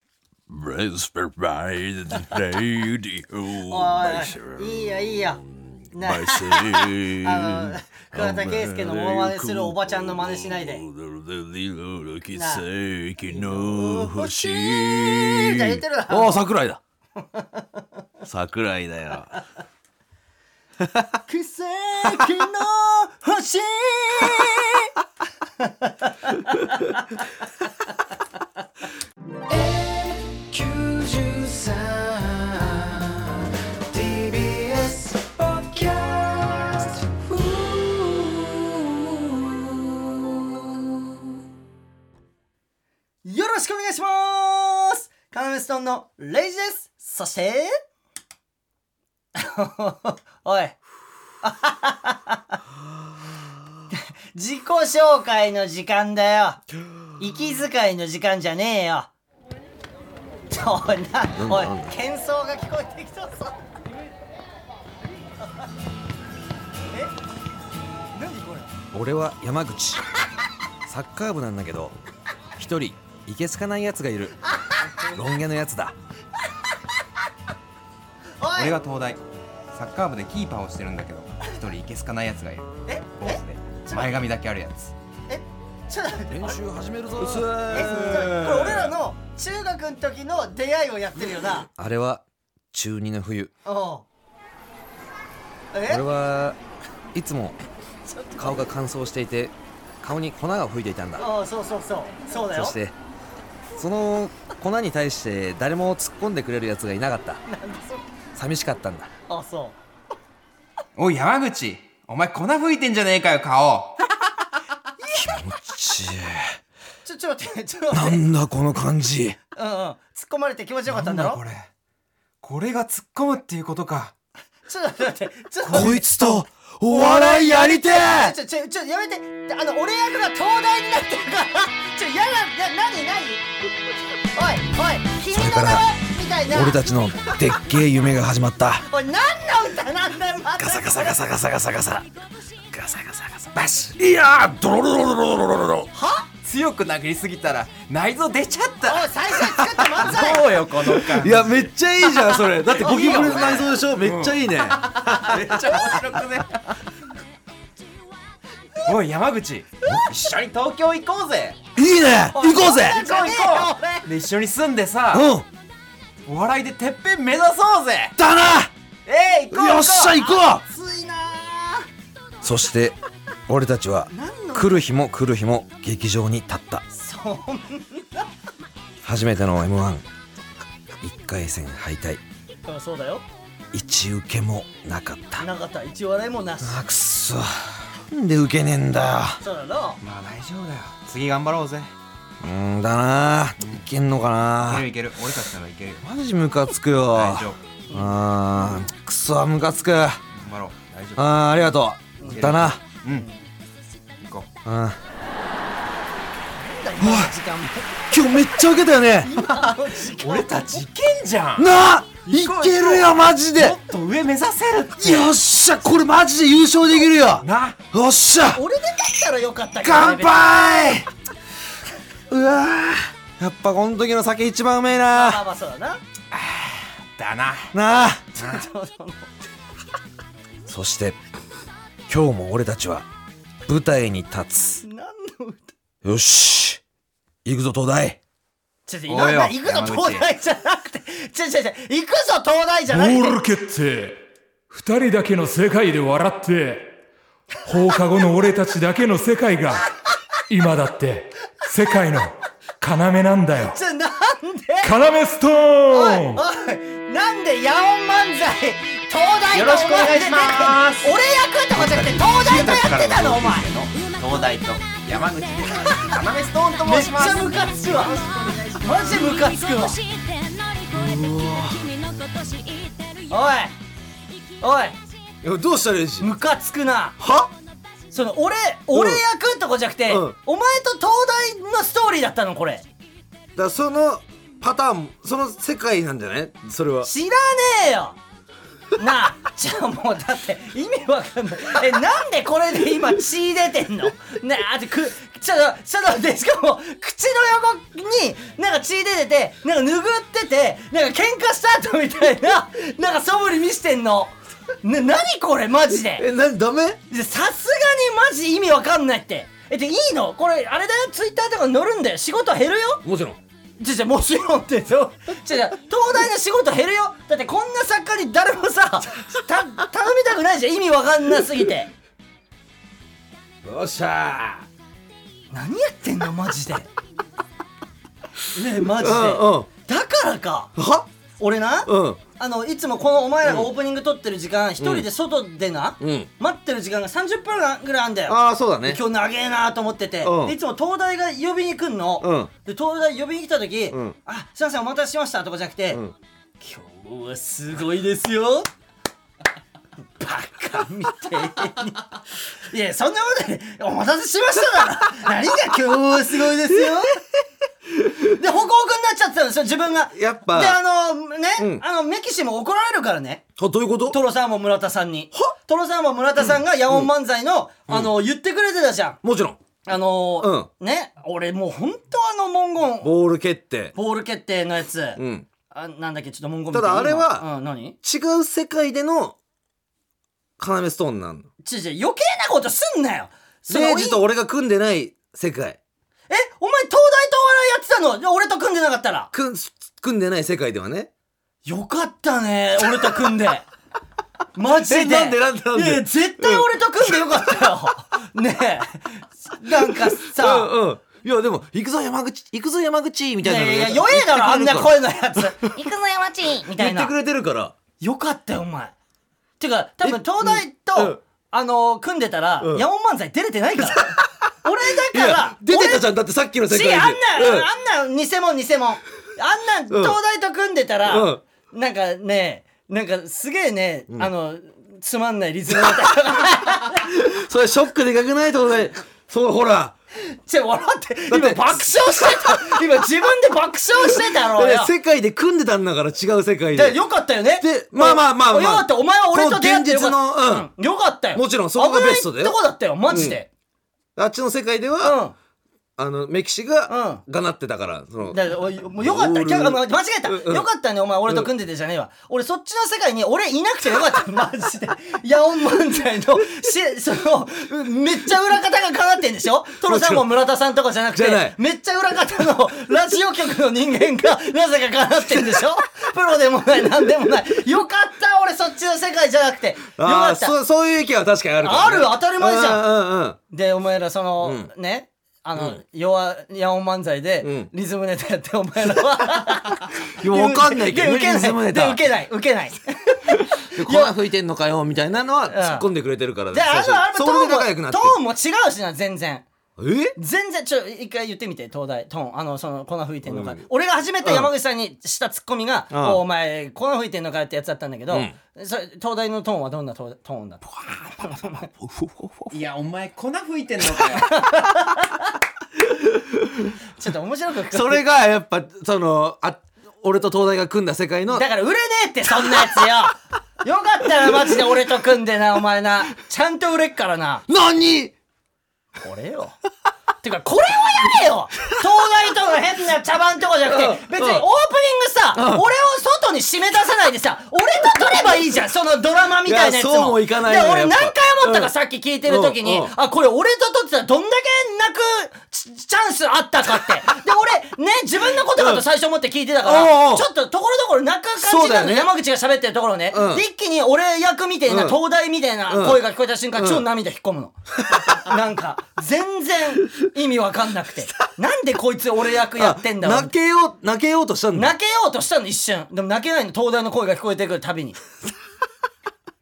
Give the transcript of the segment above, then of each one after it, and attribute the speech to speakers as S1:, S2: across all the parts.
S1: 哦おいいいよいいよな あの桑田佳祐のモノマネするおばちゃんの真似しないで
S2: 奇
S1: なあ
S2: 跡の星
S1: じゃあ言ってるな
S2: おお桜 井だ桜井だよ
S1: 奇跡の星
S3: TBS Podcast. Ooh.
S1: よろしくお願いしますカナメストーンのレイジですそして おい自己紹介の時間だよ息遣いの時間じゃねえよおいなおい喧騒が聞こえてきたぞえ何これ
S4: 俺は山口サッカー部なんだけど一人いけつかないやつがいるロン毛のやつだ
S1: おい
S5: 俺が東大サッカー部でキーパーをしてるんだけど一人いけすかないやつがいる
S1: え
S5: 坊主で前髪だけあるやつ
S1: えちょっと待って
S4: 練習始めるぞ
S1: えこれ俺らの中学の時の出会いをやってるよな。
S4: あれは中2の冬
S1: おうえ
S4: 俺はいつも顔が乾燥していて顔に粉が吹いていたんだ
S1: おうそうそうそうそうだよ
S4: そしてその粉に対して誰も突っ込んでくれるやつがいなかった寂しかったんだ
S1: あそ
S5: おい山口お前粉吹いてんじゃねえかよ顔
S4: ち
S1: うちょちょっと待ってちょっと
S4: な
S1: 待って
S4: んだこの感じ
S1: うんうん突っ込まれて気持ちよかったんだろ
S5: れこれが突っ込むっていうことか
S1: ちょっと待ってちょっと待っ
S4: こいつとお笑いやりてえ
S1: てちょちょちょちょやめてあの俺役が東大になってるから ちょやだな何何おいおい君の名はみたいな
S4: 俺たちのでっけえ夢が始まった
S1: おい何の歌なんだよまた
S4: ガサガサガサガサガサガサガサガサガサバシいやードロロロロロロロロ
S5: 強く殴りすぎたら内臓出ちゃった
S1: おい最初に作った漫 才
S5: どうよこの感
S4: い
S5: めっ
S4: やめっちゃいいじゃんそれ だってゴキブリの内臓でしょめっちゃいいね
S5: ちゃ面白くねおい山口一緒に東京行こうぜ
S4: いいね行こうぜ
S1: 行こう行こう
S5: で一緒に住んでさ
S4: うん
S5: お笑いでてっぺん目指そうぜ
S4: だ
S5: えい行こう行こう
S4: なよっしゃ行こ
S1: 熱いな
S4: うそして俺たちは来る日も来る日も劇場に立った
S1: そん
S4: 初めての m 1 1回戦敗退
S1: なそうだよ
S4: 一受けもなかった
S1: なかった一笑いもなし
S4: あくっそなんで受けねえんだよ
S1: そうだな
S5: まあ大丈夫だよ次頑張ろうぜ
S4: うーんだなーいけんの
S5: い
S4: かな
S5: けるいける俺たちならいけるよ
S4: マジムカつくよ
S5: 大丈夫
S4: あーくそムカつくあ
S5: 頑張ろう大丈
S4: ーありがとうだな
S5: 夫うん行こう
S4: うん
S1: 今の時間も
S4: 今日めっちゃウケたよね
S1: 今の時間
S5: 俺たちいけんじゃん
S4: なあいけるよマジで
S5: もっと上目指せるって
S4: よっしゃこれマジで優勝できるよ
S5: な
S4: よっしゃ
S1: 俺で勝ったらよかったけどね
S4: 乾杯うわーやっぱこの時の酒一番うめ
S1: 別
S4: え
S1: にま
S4: な
S1: あまあそうだな
S5: だな
S4: なあ
S1: そうそう
S4: そして今日も俺たちは舞台に立
S1: 何の歌
S4: つよし行くぞ東大
S1: ちょっと
S5: おいよ
S1: 今行くぞ東大じゃなくてちょちょちょ行くぞ東大じゃ
S6: ボ
S1: なくて
S6: ール決定二人だけの世界で笑って放課後の俺たちだけの世界が今だって世界の要なんだよ
S1: ちょなんで
S6: 要スト
S1: おい
S6: ーン
S1: おいなんでヤオン漫才東大
S5: よろしくお願いします
S1: 俺役とかじゃなくて東大とやってたのお前
S5: 東大と山口で要ストーンと
S1: め
S5: 申
S1: っち
S5: します
S1: ゃムカつくわマジムカつくわおいおい
S4: どうしたレイジ
S1: ムカつくな
S4: は
S1: その俺俺役とかじゃなくて、
S4: うん
S1: お前と東大のストーリーだったのこれ
S4: だからそのパターンその世界なんじゃないそれは
S1: 知らねえよなあじゃあもうだって意味わかんないえなんでこれで今血出てんのねあとくちょっとちょっと待ってしかも口の横になんか血出ててなんか拭っててなんか喧嘩した後みたいななんかそぶり見してんのな何これマジで
S2: え、なにダメ
S1: いやさすがにマジ意味わかんないってえでいいのこれあれだよツイッターとか載るんだよ仕事減るよ
S4: もちろん
S1: じゃじゃもちろんってそうじゃじゃ東大の仕事減るよだってこんな作家に誰もさ た頼みたくないじゃん意味わかんなすぎて
S2: よっしゃ
S1: 何やってんのマジでねえマジで、
S2: うんうん
S1: だからか
S2: ーは
S1: 俺な、
S2: うん。
S1: あのいつもこのお前らがオープニング撮ってる時間一、人で外でな、
S2: うん
S1: 待ってる時間が30分ぐらいあんだよ
S2: ああ、そうだね。
S1: 今日長えなと思ってて、
S2: うん
S1: でいつも東大が呼びに来んの、
S2: うん
S1: で東大呼びに来た時「
S2: うん
S1: あすいませんお待たせしました」とかじゃなくて「
S2: ん
S1: 今日はすごいですよ」バカみてえにいやそんなことで「お待たせしました」だろ何が「今日はすごいですよ」でホクホクになっちゃってたんですよ自分が
S2: やっぱ
S1: であのね、
S2: うん
S1: あのメキシも怒られるからね
S2: あ、どういうこと
S1: トロサーモン村田さんにトロサーモン村田さんが野音漫才の、あの言ってくれてたじゃん
S2: もちろん。
S1: あのーね、俺もうほんとあの文言、
S2: ボール蹴って。
S1: ボール決定のやつ、
S2: うん。
S1: あなんだっけ、ちょっと文言
S2: ただあれは
S1: うん、何
S2: 違う世界での、要ストーンなんの。
S1: ちょちょ、余計なことすんなよその
S2: レイジと俺が組んでない世界。
S1: え、お前東大とお笑いやってたの俺と組んでなかったら。
S2: 組ん、組んでない世界ではね。
S1: よかったね、俺と組ん で。マジで。
S2: えなんでなんでなんで
S1: いや絶対俺と組んでよかったよ。 ねえ。なんかさ、
S2: うんうん。いや、でも、行くぞ山口、行くぞ山口み
S1: い
S2: たいな
S1: や
S2: のが
S1: いやいや、弱えだろ、あんな声のやつ。
S7: 行くぞ山ちみた
S2: 言
S7: い
S2: っ
S7: な
S2: てくれてるから。
S1: よかったよ、お前。てか、多分、東大と、
S2: うんうん
S1: あのー組んでたら、
S2: ん
S1: ヤモン漫才出れてないから。俺
S2: い
S1: だか
S2: や
S1: ら、、
S2: 出てたじゃん。だってさっきの世
S1: 俺
S2: 界
S1: し、
S2: で。
S1: あんな、
S2: うん
S1: あんな、偽物、偽物。あんな、
S2: うん
S1: 東大と組んでたら、
S2: うん
S1: なんかね、なんかすげえね、あの、つまんないリズムみたいな。
S2: それショックでかくないとねそう、ほら。
S1: ちょ、笑って、今
S2: だって
S1: 爆笑してた。今自分で爆笑してたろう
S2: だ
S1: よ
S2: って。世界で組んでたんだから、違う世界
S1: で
S2: で。
S1: よかったよね。
S2: でまあまあまあまあ
S1: よかった。お前は俺と出会ってよかった。
S2: こう現実の
S1: うんよかったよ。
S2: もちろんそこがベストだよ
S1: 危ないとこだったよ、マジで。
S2: あっちの世界で
S1: うん。
S2: は、あの、メキシが、がなってたから、その、
S1: だからおいもうよかった
S2: ボー
S1: よ
S2: ル
S1: キャあ間違えた、
S2: うんうん
S1: よかったねお前俺と組んでてじゃねえわ、俺そっちの世界に俺いなくてよかった マジでヤオン漫才のしそのうめっちゃ裏方がかかってんでしょトロさんも村田さんとかじゃなくて
S2: じゃない
S1: めっちゃ裏方のラジオ局の人間がなぜかかかってんでしょプロでもない何でもないよかった俺そっちの世界じゃなくてよ
S2: あ
S1: か
S2: あ、
S1: った
S2: そう、そういう意見は確かにあるから
S1: あ
S2: ね、
S1: る当たり前じゃん
S2: うんうんうん。
S1: でお前らその、ねあの、弱ヤオン漫才で、
S2: ん
S1: リズムネタやってお前らは
S2: いや、わかんないけ
S1: で
S2: どね、
S1: 受け
S2: リ
S1: な
S2: ズムネ
S1: いで
S2: タ。
S1: 受けない受け ない
S2: で粉吹いてんのかよ、みたいなのは、突っ込んでくれてるから。
S1: であ
S2: 最
S1: のあ
S2: 初
S1: の
S2: そ
S1: ト
S2: れで仲
S1: ー
S2: 良
S1: ン
S2: く
S1: も
S2: なっ
S1: ト
S2: て
S1: ーンも違うしな全然
S2: る。え
S1: 全然ちょ一回言ってみて東大トーンあのその粉吹いてんのか、俺が初めて山口さんにしたツッコミが「
S2: ん
S1: おうお前粉吹いてんのかよ」ってやつだったんだけど、それ東大のトーンはどんなトートーンだった
S5: いや、お前粉吹いてんのかよ。
S1: ちょっと面白く
S2: それが、やっぱ、その、あ、俺と東大が組んだ世界 の、
S1: だから売れねえってそんなやつ よよかったらマジで俺と組んでなお前なちゃんと売れっからな
S2: 何
S1: これよてかこれをやれよ東大との変な茶番とかじゃなくて別にオープニングさ俺を外に締め出さないでさ俺と撮ればい いじゃんそのドラマみたいなやつも
S2: いやそうもいかないのよ
S1: で俺
S2: やっ
S1: 何
S2: ぱ
S1: 回思ったかさっき聞いてる時に
S2: うんうん
S1: あこれ俺と撮ってたらどんだけ泣くチチャンスあったかってで俺ね自分のことかと最初思って聞いてたか
S2: おうお
S1: ら
S2: う
S1: ちょっとところどころ泣く感
S2: そ
S1: じ
S2: うだ
S1: な
S2: よ
S1: の
S2: ね
S1: 山口が喋ってるところね
S2: うん
S1: で一気に俺役みたいな
S2: うん
S1: 東大みたいな声が聞こえた瞬間超涙引っ込 むのなんか全然意味わかんなくてなんでこいつ俺役やってんだろう
S2: 泣けよう、泣けようとしたん だ。
S1: 泣けようとしたの一瞬でも泣けないの東大の声が聞こえてくるたびに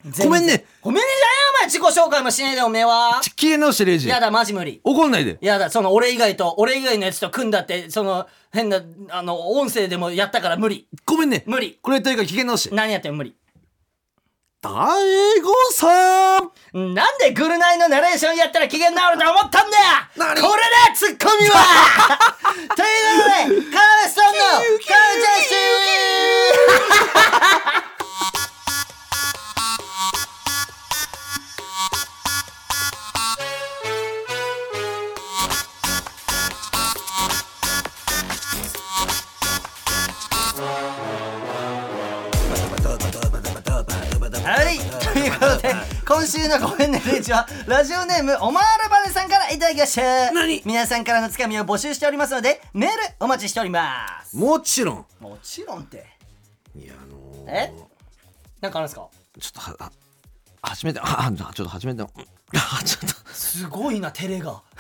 S1: 全然
S2: ごめんね
S1: ごめんねじゃねえお前自己紹介もしねえでおめえは
S2: ち消え直して、レイジ
S1: や。だマジ無理
S2: 怒んないで。
S1: やだその俺以外と俺以外のやつと組んだってその変なあの音声でもやったから無理
S2: ごめんね。
S1: 無理
S2: これというか、危険直して。
S1: 何やっても無理
S2: 大悟さん
S1: なんでグルナイのナレーションやったら機嫌直ると思ったんだよこれ
S2: 何
S1: だツッコミはということで、カラメストーンのカラメちゃんシューはい、ということで、今週のごめんねレイジは、ラジオネーム、おまわらばねさんからいただきました。
S2: 何
S1: 皆さんからのつかみを募集しておりますので、メールお待ちしております。
S2: もちろん
S1: もちろんって。
S2: いやあのー
S1: えなんかあるんですか
S2: ちょっとはあ初めてああちょっと初めてのうん あちょっと
S1: すごいな、照れが。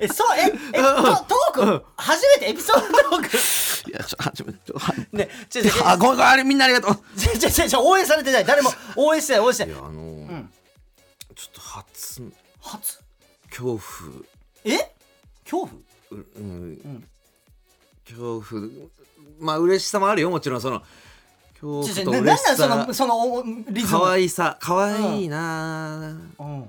S1: え、そう、え、え、とトーク、初めてエピソードトーク。
S2: いやちょっと初めてちょっとは
S1: ね、ちょ、ちょ、ちょ、
S2: あごめんごめんあれみんなありがとう
S1: ちょ、ちょちょ、ちょ、応援されてない。誰も応援してない、応援して
S2: い
S1: ない。
S2: やあのー
S1: ん
S2: ちょっと初
S1: 初
S2: 恐怖
S1: え恐怖
S2: うん恐怖まあ嬉しさもあるよもちろんその
S1: ちょ
S2: 恐
S1: ちょ
S2: 怖と
S1: ななん
S2: 嬉
S1: なんそ
S2: しさ
S1: のそのおリズム
S2: 可愛さ可愛いなあ
S1: うん、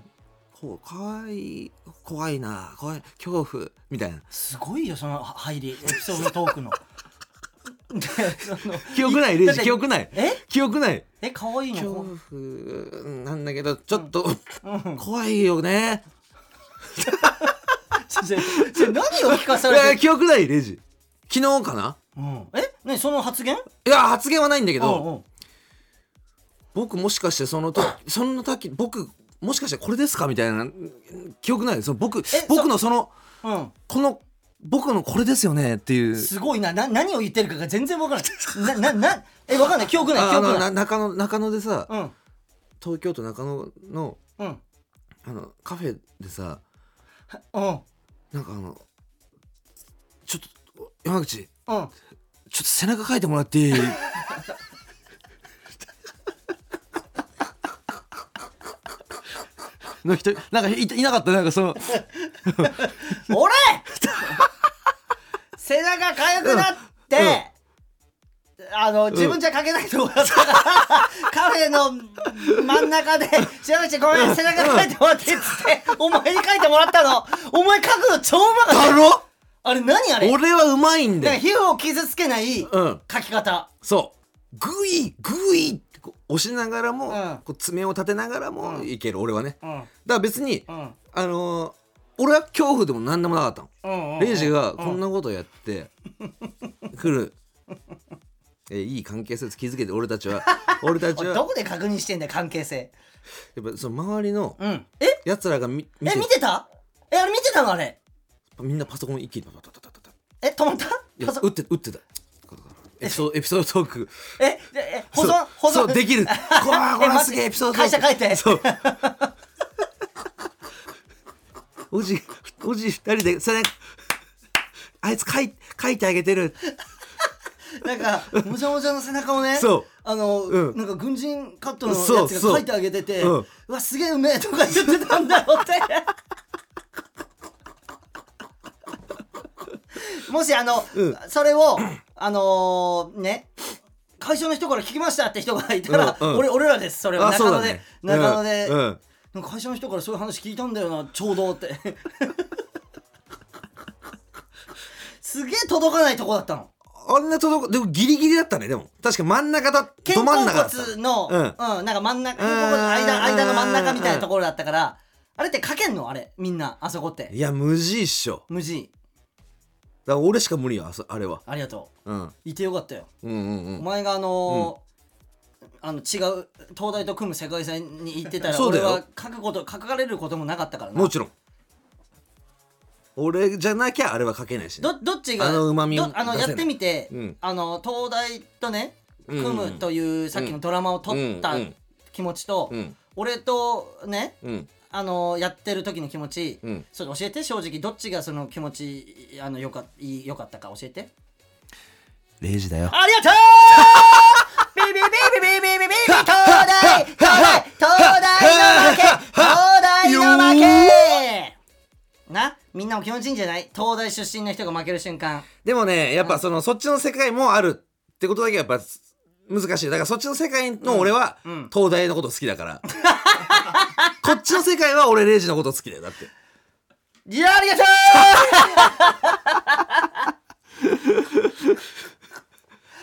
S2: こう可愛い怖いなあ怖い恐怖みたいな
S1: すごいよその入りエピソードトークの でその
S2: 記憶ないレ
S1: だっ
S2: イジ
S1: て
S2: 記憶ない
S1: え
S2: 記憶ない
S1: え可愛いの
S2: 恐
S1: こ
S2: 怖なんだけどちょっと、怖いよね
S1: うちょちょ何を聞かされて
S2: え
S1: る
S2: ー、記憶ないレイジ昨日かな
S1: うんえ何その発言
S2: いや発言はないんだけ
S1: う
S2: ど、
S1: んうん
S2: 僕もしかしてそのとその時僕もしかしてこれですかみたいな記憶ないその僕僕のその
S1: うん
S2: この僕のこれですよねっていう
S1: すごいなな何を言ってるかが全然わからないなななえわかんない記憶ない記
S2: ああ
S1: 憶
S2: の
S1: ない
S2: な中野中野でさ、
S1: うん
S2: 東京都中野の
S1: うん
S2: あのカフェでさ
S1: うん
S2: なんかあのちょっと山口
S1: うん
S2: ちょっと背中書いてもらっていいの人なんかいいなかったなんかその
S1: 俺 背中痒くなって、あの自分じゃ書けないとこだったから、 カフェの真ん中で「白口ごめん背中書いてもらって」っつってお前に書いてもらったのお前書くの超うまか
S2: だ
S1: った
S2: ろ
S1: あれ何あれ
S2: 俺はうまいん
S1: なん
S2: だ
S1: か
S2: よ
S1: 皮膚を傷つけない書
S2: うん
S1: き方、
S2: そうグイグイってこう押しながらも、
S1: うん
S2: こう爪を立てながらもいける、俺はねだ
S1: ん
S2: から別に、
S1: ん
S2: あのー俺は恐怖でも何でもなかったの、
S1: うんうん
S2: レイジがこんなことやってくる、えいい関係性を築けて俺たちは俺た
S1: お
S2: ち
S1: い
S2: は
S1: どこで確認してんだよ関係性
S2: やっぱその周りの
S1: うんえ
S2: やつらがみ見
S1: え
S2: て
S1: 見てたえあれ見てたのあれ
S2: みんなパソコン一気にパタパタパタパタ
S1: え止まった
S2: いや
S1: パソ
S2: 打って打ってたエピソードエピソードトーク
S1: えええ保
S2: そ
S1: 存
S2: う
S1: 保存
S2: そうできるこわこ
S1: え
S2: れ
S1: 待って
S2: すげえエピソードトー
S1: 会
S2: ク
S1: 社帰って
S2: そうおじおじ二人でそれあいつ書い書いてあげてる
S1: なんか、もじゃもじゃの背中をね、
S2: そう
S1: あの、
S2: うん
S1: なんか軍人カットのやつ
S2: そう
S1: が
S2: そう
S1: 書いてあげてて、
S2: う
S1: うんわ、すげえうめえとか言ってたんだろうって。もしあの、
S2: うん
S1: それを、あのーね、会社の人から聞きましたって人がいたら、
S2: うんうん
S1: 俺俺らです、それは。
S2: あそう
S1: 中
S2: だ
S1: 野で、
S2: ね
S1: 中野で、
S2: うんうん
S1: なんか会社の人からそういう話聞いたんだよな、ちょうどって。 すげえ届かないとこだったの。
S2: あんな届くでもギリギリだったねでも確か真ん中だ
S1: 肩
S2: ど真ん
S1: 甲
S2: 中だった
S1: 骨の、
S2: うん
S1: うん、なんか真ん中、
S2: うん
S1: 肩甲骨の間、間の真ん中みたい
S2: うん
S1: なところだったから、あれって書けんのあれ、みんな、あそこって。
S2: いや無事っしょ
S1: 無事。
S2: だから俺しか無理よあそあれは、
S1: ありがと
S2: うん、
S1: う。いてよかったよ。
S2: うんうんう
S1: お
S2: ん
S1: 前があのーあの違う東大と組む世界線に行ってたら
S2: そう
S1: 俺
S2: だよ
S1: は書くこと書かれることもなかったからな
S2: もちろん俺じゃなきゃあれは書けないし、ね、
S1: どどっちが
S2: あの旨味を
S1: どあの
S2: 出せ
S1: や
S2: ない
S1: ってみて、
S2: うん
S1: あの東大とね
S2: うん
S1: 組むというさっきのドラマを撮った
S2: うんうん
S1: 気持ちと、
S2: うん
S1: 俺とね
S2: うん
S1: あのやってる時の気持ち、
S2: うん
S1: それ教えて正直どっちがその気持ちあのよかいいよかったか教えて
S2: レイジだよ
S1: ありがとうビビビビビビビビビ東大東大東大の負け東大の負けなみんなも気持ちいいんじゃない東大出身の人が負ける瞬間
S2: でもねやっぱそのそっちの世界もあるってことだけはやっぱ難しいだからそっちの世界の俺は、
S1: うん
S2: 東大のこと好きだからこっちの世界は俺レイジのこと好きだよだって
S1: いやありがと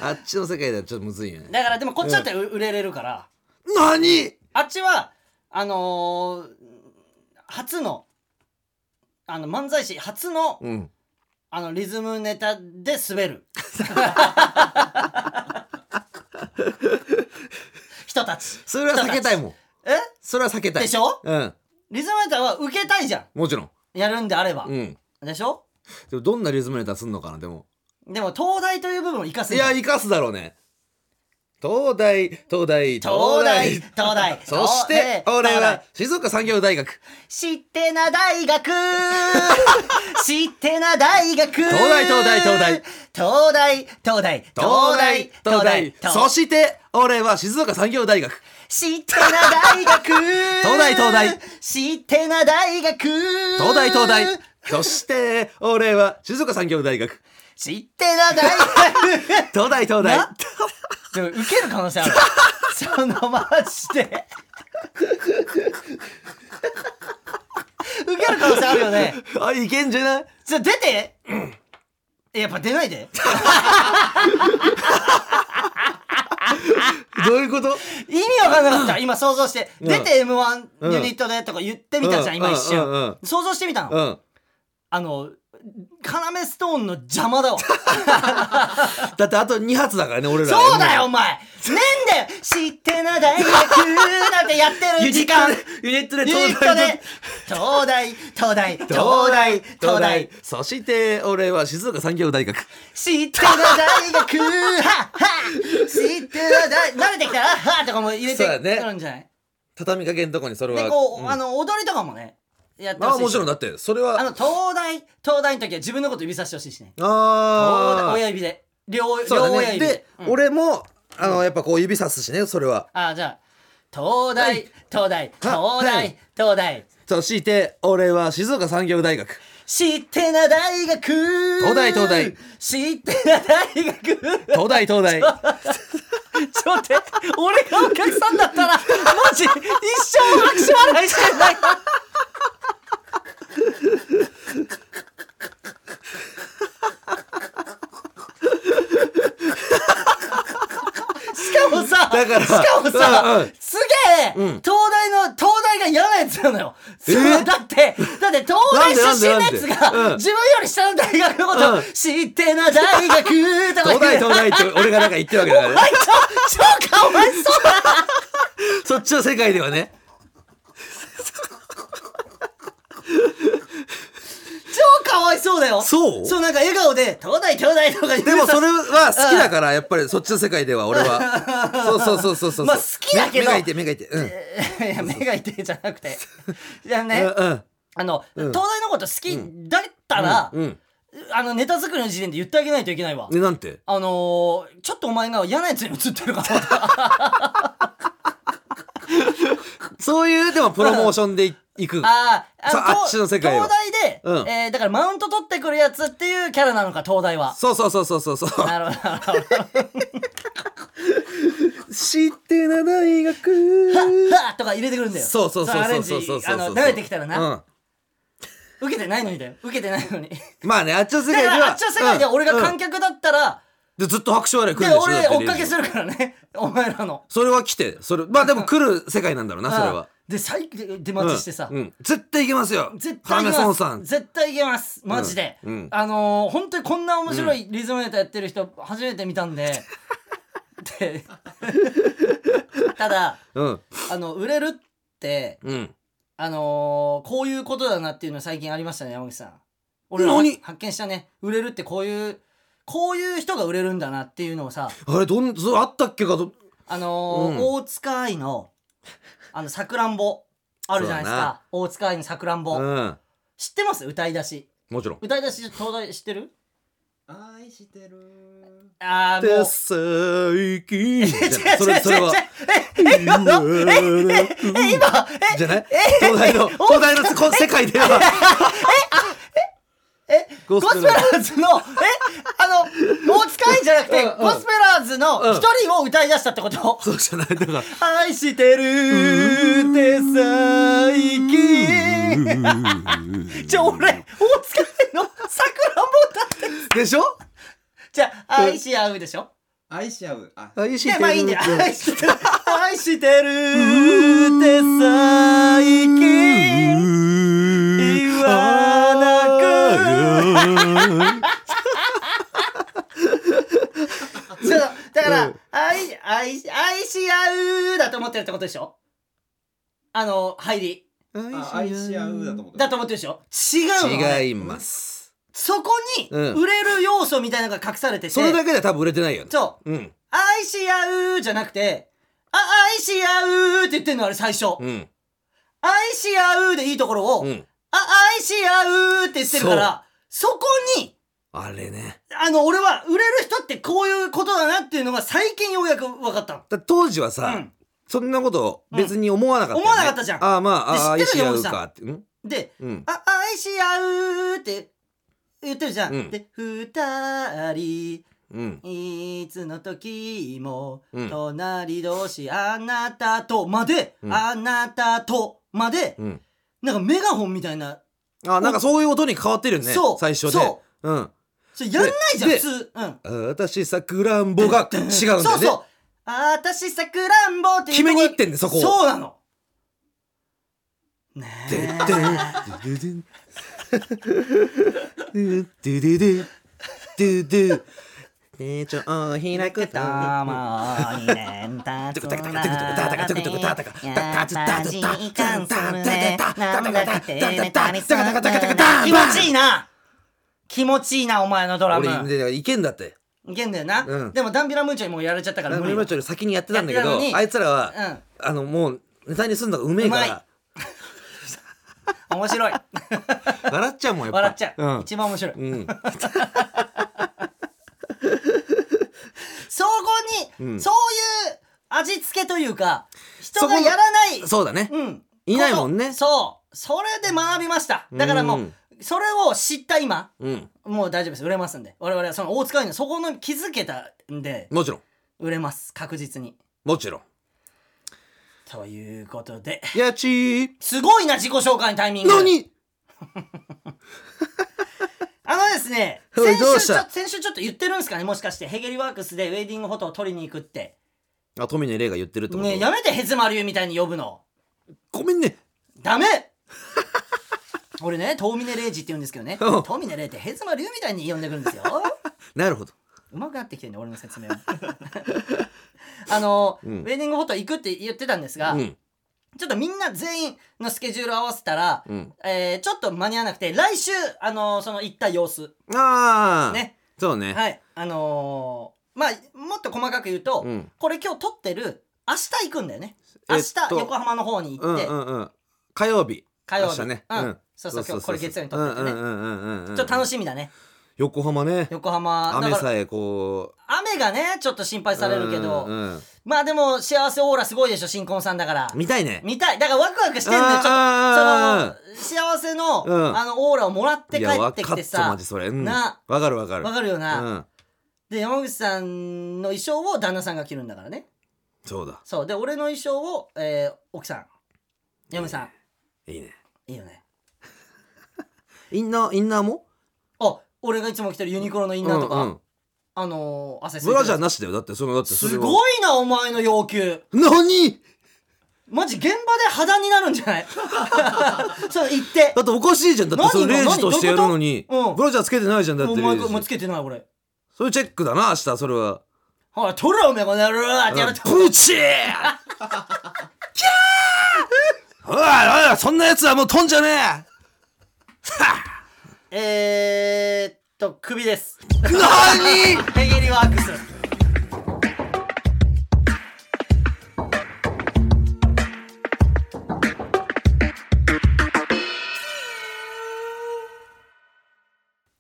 S2: あっちの世界ではちょっとむずいよ
S1: う
S2: ね
S1: だからでもこっちだって売れれるから
S2: 何
S1: あっちはあのー初のあの漫才師初の
S2: うん
S1: あのリズムネタで滑 る人たち
S2: それは避けたいもん
S1: え
S2: それは避けたい
S1: でしょ
S2: うん
S1: リズムネタは受けたいじゃ
S2: もちろん
S1: んやるんであれば、
S2: うん
S1: でしょ
S2: でもどんなリズムネタすんのかなでも
S1: でも東大という部分を生かす
S2: い
S1: んだ
S2: や生かすだろうね東大東大
S1: 東大東大
S2: そして
S1: 東大
S2: 俺は静岡産業大学
S1: 知ってな大 学知ってな大学東
S2: 大東大東大
S1: 東大東大東大
S2: 東大そ
S1: し
S2: して俺は静岡産業大学
S1: 知ってな大学東
S2: 大 東大
S1: 知ってな大学
S2: 東大東大そして俺は静岡産業大学
S1: 知ってな大 学
S2: 東大東大
S1: なでも受ける可能性 あるそのマジで受ける可能性あるよね
S2: あいけんじゃない
S1: じゃあ出 て、えやっぱ出ないで
S2: どういうこと
S1: 意味わかんなかった今想像して、
S2: うん
S1: 出て m
S2: う
S1: 1
S2: ん
S1: ユニットでとか言ってみたじゃん、
S2: うん
S1: 今一瞬、
S2: うんうん
S1: 想像してみたの、
S2: うん
S1: あの要ストーンの邪魔 だわ
S2: だってあと2発だからね俺ら
S1: そうだよお前ねえんだよ知ってな大学なんてやってる時 間
S2: ユニットで
S1: ユニットで東大東大東大東大
S2: そして俺は静岡産業大学
S1: 知ってる大学はっは知ってる大慣れてきたらはっとかも入れて
S2: そうだ
S1: く
S2: ね
S1: るんじゃない、
S2: 畳みかけんとこにそれは
S1: でこう、
S2: うん
S1: あの踊りとかもねやってほし
S2: あ
S1: いし
S2: もちろんだってそれは
S1: あの東大東大の時は自分のこと指さしてほしいしね東大
S2: あ
S1: 親指で両
S2: そう
S1: 両
S2: だ
S1: 親
S2: ね
S1: 指
S2: で
S1: で、うん
S2: 俺もあのやっぱこう指さすしねそれは
S1: あじゃあ東大東大東
S2: は
S1: 大
S2: い
S1: 東大
S2: そして俺は静岡産業大学
S1: 知ってな大学東
S2: 大東大
S1: 知ってな大学
S2: 東大 東大
S1: ちょっと待って、俺がお客さんだったら、マジ、一生拍手笑いしてない。しかもさ、
S2: だから
S1: しかもさ、
S2: うんうん
S1: すげえ、東大の、東大が嫌なやつなのよ。そ
S2: え
S1: うだって、だって東大出身のやつ
S2: なんでなんでなんで
S1: が、
S2: うん
S1: 自分より下の大学のこと、
S2: うん
S1: 知ってな大学とか言
S2: 東
S1: う
S2: 大東大って俺がなんか言ってるわけだ からね
S1: あいつ超かわいそうだ
S2: そっちの世界ではね
S1: 超かわいそうだよ
S2: そう
S1: そうなんか笑顔で「東大東大」とか言う
S2: でもそれは好きだからやっぱりそっちの世界では俺 はそうそうそうそうそう
S1: まあ好きだけど
S2: 目目がいて目がいてうん
S1: いや目が痛いじゃなく ていや
S2: う
S1: ね
S2: んうん
S1: あの、
S2: ん
S1: 東大のこと好きだったら、
S2: うん
S1: あのネタ作りの時点で言ってあげないといけないわ、
S2: ねなんて
S1: あのー、ちょっとお前が嫌なやつに映ってるから
S2: そういうでもプロモーションでい行く
S1: あー
S2: そう
S1: の
S2: あっちの世界は
S1: 東大で、
S2: うん
S1: えーだからマウント取ってくるやつっていうキャラなのか東大は
S2: そうそうそうそうそうそう
S1: なるほどなるほど
S2: 知ってな大学
S1: はっとか入れてくるんだよ
S2: そうそうそう
S1: のアレ
S2: そ
S1: ン
S2: う
S1: ジ
S2: そうそうそう
S1: あの慣れてきたらな、
S2: うん
S1: 受けてないのにだよ受けてないのにだ
S2: まあねあっちの世界
S1: か
S2: では
S1: らあっちの世界では俺が観
S2: 係
S1: 客だったら、
S2: でずっと拍手笑い来るん
S1: で
S2: でしょだ
S1: 俺
S2: て
S1: 追っかけするからね お前らの
S2: それは来てそれまあでも来る世界なんだろうなそれは
S1: うんで最で出
S2: うん
S1: 待ちしてさ、
S2: うん絶対行けますよ
S1: 絶対いけ
S2: ハメソ
S1: ま
S2: ンさん
S1: す絶対いけますマジで、
S2: うんうん
S1: あのー、本当にこんな面白いリズムネタやってる人初めて見たん で、でただ
S2: うん
S1: あの売れるって
S2: うん
S1: あのー、こういうことだなっていうの最近ありましたね山口さん俺らは
S2: 何
S1: 発見したね売れるってこういうこういう人が売れるんだなっていうのをさ
S2: あれどんそうあったっけかと
S1: あのー
S2: うん
S1: 大塚愛のあのさくらんぼあるじゃないです
S2: そうだ
S1: か大塚愛のさくらんぼ、
S2: うん
S1: 知ってます歌い出し
S2: もちろん
S1: 歌い出し東大知ってる
S5: 愛してる
S1: ああも
S2: で
S1: う
S2: 最近じゃ
S1: 違う
S2: ないそれそれ
S1: 違う違う
S2: は
S1: ええ今のえええ今え
S2: じゃない東大の東大のこ世界ではえゴ
S1: ゴスペラーズのえあの大塚愛じゃなくて
S2: うんうん
S1: ゴスペラーズの一人を歌い出したってこと
S2: そうじゃないだから
S1: 愛してるって最近じゃあ俺大塚愛のさくらんぼ歌って
S2: でしょ
S1: じゃあ愛し合うでしょ
S5: 愛し合うあ
S2: 愛し
S1: いや
S2: てる
S1: まあいいんだよ愛してる愛してるって最近言わなくそうだから、
S2: うん
S1: 愛愛愛し合うだと思ってるってことでしょあの入り
S2: 愛し合うだと思
S1: だと思ってるでしょ違うのね
S2: 違います
S1: そこに
S2: うん
S1: 売れる要素みたいなのが隠されてて、
S2: それだけでは多分売れてないよね
S1: そう
S2: うん
S1: 愛し合うじゃなくて、あ、愛し合うって言ってんのあれ最初。
S2: うん
S1: 愛し合うでいいところを、
S2: うん
S1: あ、愛し合うって言ってるから、そこに、
S2: あれね
S1: あの、俺は売れる人ってこういうことだなっていうのが最近ようやく分かったの。
S2: だ当時はさ、
S1: うん
S2: そんなこと別に思わなかった、
S1: うん思わなかったじゃん
S2: ああまああ
S1: で
S2: 愛
S1: 知って
S2: し
S1: るよ
S2: 合うかってうん
S1: で、
S2: うん
S1: あ、愛し合うって言ってるじゃん。
S2: うん
S1: で、二人、
S2: うん
S1: いつの時も、
S2: うん
S1: 隣同士、あなたとまで、
S2: うん
S1: あなたとまで、
S2: うん
S1: なんかメガホンみたいな
S2: あなんかそういう音に変わってるよね
S1: そう
S2: 最初で、
S1: そう
S2: ん、
S1: それやんないじゃん
S2: で
S1: 普通うん
S2: あ私さくらんぼが違うんだよね
S1: そうそうあたしさくらんぼっていう
S2: 決めに行ってんねそこを
S1: そうなのねえ
S2: ドゥドゥドゥドゥドゥドゥドゥドゥ手帳を開くと
S1: もう2年経つ気持ちいいな気持ちいいなお前のドラ
S2: 俺
S1: ム
S2: でいけんだって
S1: いけんだよな、
S2: うん
S1: でもダンビラムーチョにもうやられちゃったから無
S2: 俺
S1: 理
S2: もちょっと先にやってたんだけ
S1: やっ
S2: ど
S1: てたのに
S2: あいつらは、
S1: うん
S2: あのもうネタにすんのがうめえか
S1: うまい
S2: ら
S1: 面白い
S2: 笑っちゃうもんやっぱ
S1: 笑っちゃう、
S2: うん
S1: 一番面白い、
S2: うん
S1: そこに、
S2: うん
S1: そういう味付けというか人がやらない
S2: そうだね、
S1: うん、
S2: いないもんね
S1: ことそうそれで学びましただからもう、
S2: うん
S1: それを知った今
S2: うん、
S1: もう大丈夫です売れますんで我々はその大塚愛のそこの気づけたんで
S2: もちろん
S1: 売れます確実に
S2: もちろん
S1: ということで
S2: やちー
S1: すごいな自己紹介のタイミング
S2: 何
S1: あのですね
S2: おい
S1: 先
S2: どう
S1: 週
S2: し
S1: ちょ
S2: た
S1: 先週ちょっと言ってるんですかねもしかしてヘゲリワークスでウェディングフォトを撮りに行くって
S2: あ富野玲が言ってるってこと、
S1: ねえやめてヘズマ流みたいに呼ぶの
S2: ごめんね
S1: ダメ 俺ね、トーミネレイジって言うんですけどね、ト
S2: うん
S1: ーミネレイってヘズマ流みたいに呼んでくるんです よ。
S2: なるほど
S1: うまくなってきてるね俺の説 明もあの、
S2: ん
S1: ウェディングフォト行くって言ってたんですが、
S2: うん
S1: ちょっとみんな全員のスケジュール合わせたら、
S2: うん
S1: えーちょっと間に合わなくて来週あのその行った様子
S2: ああ
S1: ね
S2: そうね、
S1: はいあのーまあもっと細かく言うと、
S2: うん
S1: これ今日撮ってる明日行くんだよね
S2: え
S1: 明
S2: っ
S1: 日
S2: と
S1: 横浜の方に
S2: う
S1: 行っ
S2: んう
S1: て、
S2: んうん火曜日
S1: 火曜日
S2: 明日ね、
S1: うんそうそう今日これ月曜に撮っててね
S2: うんうんうんうんうんうん
S1: ちょっと楽しみだね
S2: 横浜ね
S1: 横浜だ
S2: 雨
S1: から
S2: さえこう
S1: 雨がねちょっと心配されるけど、
S2: うんうん
S1: まあでも幸せオーラすごいでしょ新婚さんだから
S2: 見たいね
S1: 見たいだからワクワクしてんのよちょっとそ
S2: あ
S1: の幸せの、
S2: うん
S1: あのオーラをもらって
S2: い
S1: 帰
S2: やわ
S1: ってき
S2: か
S1: て
S2: っと
S1: さ
S2: マジそれうんわ
S1: な
S2: かるわかる
S1: わかるよな、
S2: うん
S1: で山口さんの衣装を旦那さんが着るんだからね
S2: そうだ
S1: そうで俺の衣装を、えー奥さん山口さん、
S2: いいね
S1: いいよね
S2: インナーインナーも
S1: あ俺がいつも着てるユニクロのイ
S2: イ
S1: ンナーとか、
S2: うんうん
S1: あのー、汗す
S2: ブラジャーなしだよだってそのだってそれ
S1: す
S2: は
S1: ごいなお前の要求
S2: 何
S1: マジ現場で肌になるんじゃない そう言って
S2: だっておかしいじゃんだって
S1: 何
S2: そのレイジとしてやるのに
S1: 何どういうことうん
S2: ブラジャーつけてないじゃんだって
S1: お
S2: レ
S1: 前
S2: イジ
S1: もうつけてない俺
S2: それチェックだな明日それ は
S1: ほら取れおめえこの野郎ってやると
S2: ブチーキャーおいおいそんなやつはもう飛んじゃねえ
S1: えー、っと首です
S2: 何
S1: ヘゲリワークス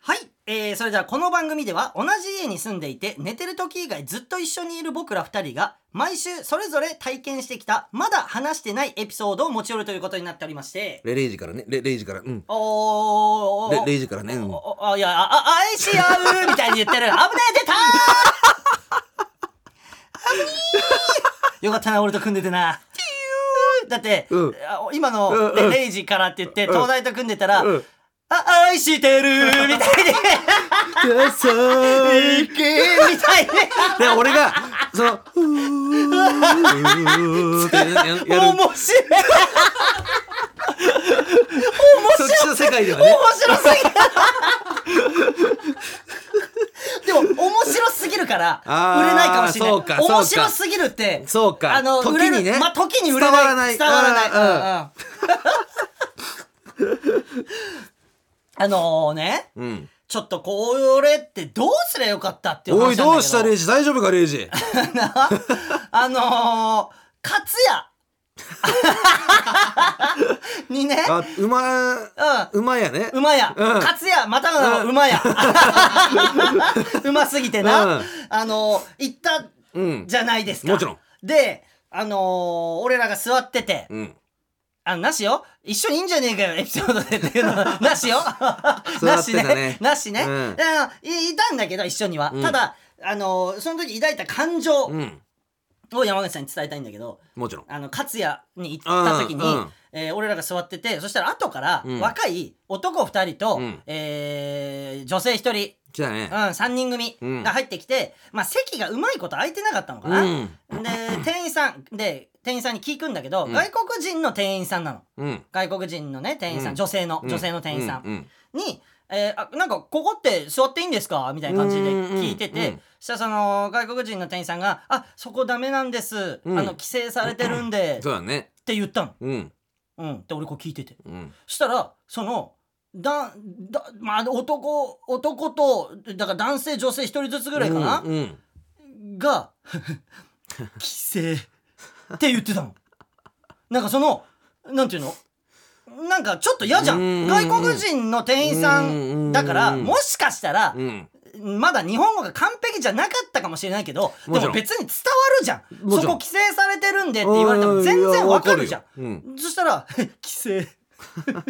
S1: はい、えー、それではこの番組では同じ家に住んでいて寝てる時以外ずっと一緒にいる僕ら2人が毎週それぞれ体験してきたまだ話してないエピソードを持ち寄るということになっておりまして
S2: レレイジからねレレイジからうん
S1: おー
S2: レレイジからねうん
S1: おおあいやああ愛し合うみたいに言っ てる危ない出たー危ねーよかったな俺と組んでてなだって、
S2: うん
S1: あ今の、
S2: うん
S1: ね
S2: うん
S1: レイジからって言って、東大と組んでたら、
S2: うん
S1: あ愛してるーみたいに
S2: ダサいけ
S1: みたいに
S2: で俺がその「うー」ってやるやる
S1: 面白い
S2: そっちの世界ではね
S1: 面白すぎるでも面白すぎるから
S2: あー
S1: 売れないかもしれない
S2: そうかそうか
S1: 面白すぎるって
S2: そうか
S1: あの
S2: 時
S1: 売れる
S2: にね
S1: まあ、時に売れない
S2: 伝わら
S1: 伝わら
S2: ない
S1: ないう
S2: うん
S1: んうん あのね
S2: うん。
S1: ちょっとこれってどうすりゃよかったっていう話
S2: お
S1: なん
S2: い、
S1: だけど
S2: どうしたレイジ大丈夫かレイジ
S1: あのー、勝也 にね
S2: あ、うま、うまやね。
S1: 馬や、
S2: うん
S1: 勝也、またがの馬 や。うますぎてな、
S2: うん
S1: あのー、行った
S2: うん。
S1: じゃないですか。
S2: もちろん。
S1: で、あのー、俺らが座ってて、
S2: うん。
S1: あの、なしよ一緒にいいんじゃねえかよ、エピソードでって いうの。なしよ
S2: 座
S1: な
S2: っ
S1: して
S2: た
S1: ね
S2: ね。
S1: なしね。
S2: うん
S1: であのいいたんだけど、一緒には。
S2: うん
S1: ただ、あのー、その時抱いた感情
S2: うん。
S1: を山口さんに伝えたいんだけど、
S2: もちろん。
S1: あの勝也に行った時に、
S2: うんうん
S1: えー俺らが座っててそしたら後から
S2: うん
S1: 若い男2人と、
S2: うん
S1: えー女性1人、
S2: 来た
S1: うん、
S2: ね。
S1: 3人組
S2: うん
S1: が入ってきて、まあ、席がうまいこと空いてなかったのか
S2: う
S1: な、
S2: ん。
S1: で店員さんで店員さんに聞くんだけど、
S2: ん
S1: 外国人の店員さんなの
S2: うん。
S1: 外国人のね店員さん、
S2: うん
S1: 女性の、
S2: うん
S1: 女性の店員さん、
S2: ううん。
S1: に、えーあなんかここって座っていいんですかみたいな感じで聞いて
S2: うんうん
S1: て、
S2: うん
S1: そしたらその外国人の店員さんが「あそこダメなんです、
S2: うん
S1: あの規制されてるんで」
S2: そうだね。
S1: って言ったの。
S2: うん。
S1: うん。で、俺こう聞いてて。
S2: うん。
S1: そしたら、その、だ、だ、まあ、男、男と、だから男性、女性一人ずつぐらいかな、
S2: うんうん。
S1: が、規制って言ってたの。なんかその、なんていうのなんかちょっと嫌じゃ
S2: うんうん
S1: ん。
S2: うん
S1: 外国人の店員さ
S2: うんうんうんん
S1: だから、もしかしたら
S2: う、ん。
S1: まだ日本語が完璧じゃなかったかもしれないけど、で
S2: もちろ
S1: も
S2: ん
S1: 別に伝わるじゃん。
S2: も
S1: そ
S2: ちろ
S1: こ
S2: ん
S1: 規制されてるんでって言われても全然わかるじゃん。
S2: うんいやわかるよ。
S1: そしたら 「規制規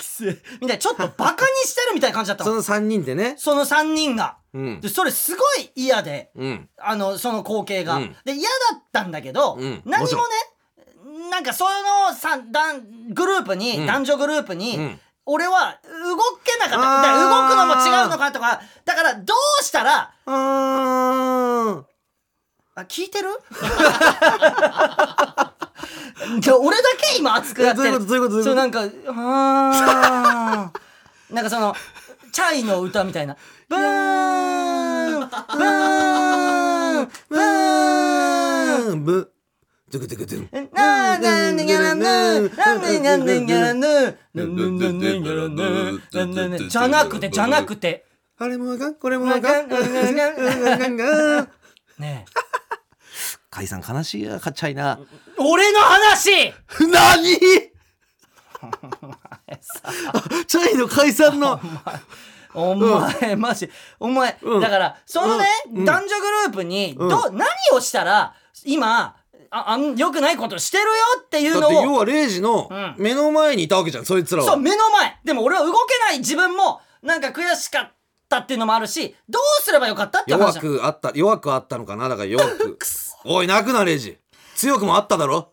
S1: 制」みたいなちょっとバカにしてるみたいな感じだった
S2: うん。そ
S1: の
S2: の三人でね。
S1: その3人が
S2: うん
S1: で。それすごい嫌で
S2: うん。
S1: あのその光景が、
S2: うん
S1: で嫌だったんだけど、
S2: うん
S1: 何
S2: もち
S1: もねなんかそのさん男グループに、
S2: うん
S1: 男女グループに、
S2: うん
S1: 俺は動けなかった
S2: あー
S1: だから動くのも違うのかとかだからどうしたら
S2: あ
S1: あ聞いて るじゃあ俺だけ今熱くな
S2: ー。
S1: っ
S2: ど
S1: て
S2: うい
S1: る
S2: うことどういうことどういう
S1: そう
S2: こ
S1: なんか、あーなんかその、チャイの歌みたいな。ブーンブーンブーン
S2: とぶ。ドゥクドゥクドゥン。
S1: なんでんやらぬなんでなんでやらぬなんでなんでやらぬなんでなんでじゃなくて、じゃなくて。
S2: あれもあかん、これもあかん。
S1: あかんあかん
S2: あかんあかん
S1: ねえ。
S4: 解散悲しいやかっちゃいな
S1: 俺の話
S2: 何チャイの解散の。
S1: お前、マジ。お前、
S2: うん
S1: だから、そのね、
S2: うん
S1: 男女グループに、ど、
S2: ん
S1: 何をしたら、今、あ、あん、良くないことしてるよっていう
S2: だって
S1: の
S2: 要
S1: を、
S2: はレイジの
S1: ん
S2: 目の前にいたわけじゃん、そいつらは。
S1: そう、目の前。でも俺は動けない自分も、なんか悔しかったっていうのもあるし、どうすればよかったって
S2: 弱
S1: 話じゃん
S2: くあった、弱くあったのかなだから弱 く。おい、泣くな、レイジ。強くもあっただろ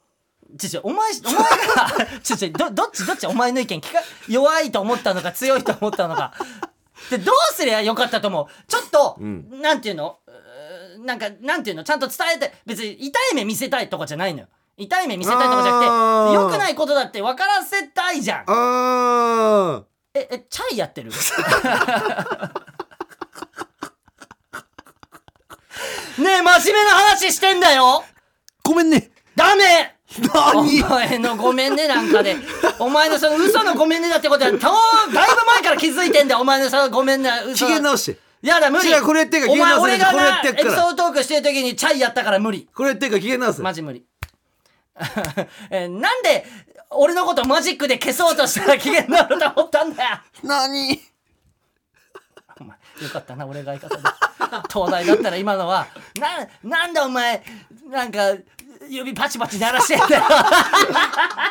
S1: ちょちょ、お前、お前が、 ちょちょ、ど、どっちどっちお前の意見聞か、弱いと思ったのか強いと思ったのか。で、どうすりゃよかったと思うちょっと、
S2: ん
S1: なんていうのうーなんか、なんていうのちゃんと伝えて、別に痛い目見せたいとかじゃないのよ。痛い目見せたいとかじゃ
S2: あ
S1: なく
S2: ー
S1: て、良くないことだって分からせたいじゃん。
S2: あー。
S1: え、え、チャイや ってるねえ、真面目な話してんだよ
S2: ごめん ね。
S1: ダメお
S2: 何
S1: 前のごめんねなんかで、お前のその嘘のごめんねだってことは、とだいぶ前から気づいてんだよ、お前のそのごめんね、嘘
S2: 機嫌直して。
S1: やだ、無理。
S2: 違うこれやってっから
S1: お前、
S2: 機嫌直
S1: 俺
S2: せな
S1: が
S2: いと
S1: な、
S2: これ
S1: エ
S2: やって
S1: ピ
S2: っから
S1: ソードトークしてる時にチャイやったから無理。
S2: これやってるから機嫌直せ。
S1: マジ無理。 えーなんで、俺のことマジックで消そうとしたら機嫌直ると思ったんだよ。
S2: 何
S1: お前よかったな俺が相方で東大だったら今のはななんだお前なんか指パチパチ鳴らしてんだよ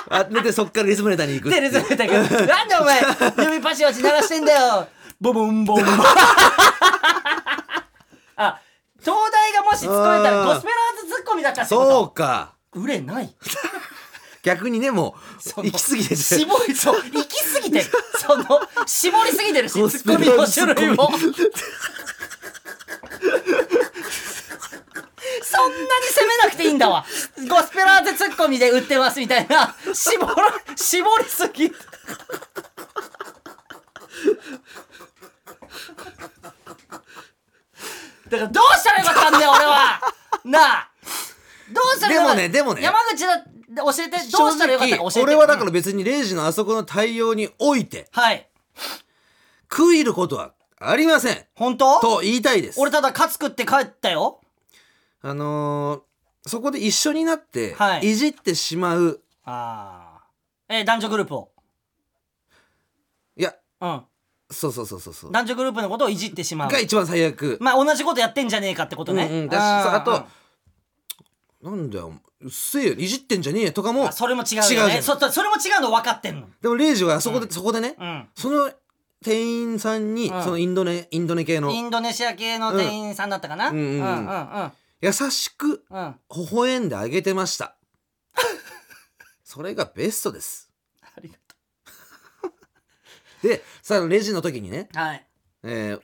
S2: あ、で、そっからリズムネタに行く。
S1: テレビ出てくるなんでお前 指パチパチ鳴らしてんだよボボンボン あ東大がもし勤めたら
S2: あー
S1: ゴスペラーズツッコミだったって
S2: そ
S1: こ
S2: うか。
S1: と売れない
S2: 逆にね、もう、
S1: の
S2: 行き過ぎてて
S1: 絞りそう行き過ぎてるその絞りすぎてるしツ
S2: ゴス
S1: ッコミ
S2: ペラーズ
S1: の種類もそんなに攻めなくていいんだわゴスペラーズツッコミで売ってますみたいな絞ら絞りすぎだからどうしたらよかったんだよ、俺はなあどうしたらよかった
S2: でもねでもね
S1: 山口だ、教えて、どうしたらよかったか教えて。
S2: 俺はだから別にレイジのあそこの対応において、
S1: はい。
S2: 食い入ることはありません。
S1: 本当
S2: と言いたいです。
S1: 俺ただカツ食って帰ったよ。
S2: あのーそこで一緒になって、
S1: はい
S2: い、じってしまう。
S1: ああ。えー男女グループを。
S2: いや、
S1: うん。
S2: そうそうそうそうそう。
S1: 男女グループのことをいじってしまう
S2: が。一番最悪。
S1: まあ同じことやってんじゃねえかってことね。
S2: うんうんだ
S1: ー
S2: しさあとなんだよ、うっせえよ、いじってんじゃねえよとかも
S1: あ、それも違う
S2: 違うじ
S1: よ
S2: ゃ
S1: ね
S2: ん
S1: そ。それも違うの分かってんの。
S2: でもレイジはそこで、そこでね、
S1: うん。
S2: その店員さんに、
S1: うん
S2: そのインドネ、インドネ系の
S1: インドネシア系の店員さんだったかな。う
S2: うんん
S1: うん
S2: うん
S1: う
S2: うん
S1: ん
S2: 優しく
S1: うん。あ
S2: 微笑んであげてました。 それがベストです。
S1: りが
S2: で、さあ、レジの時にね、
S1: とう。はい。
S2: えー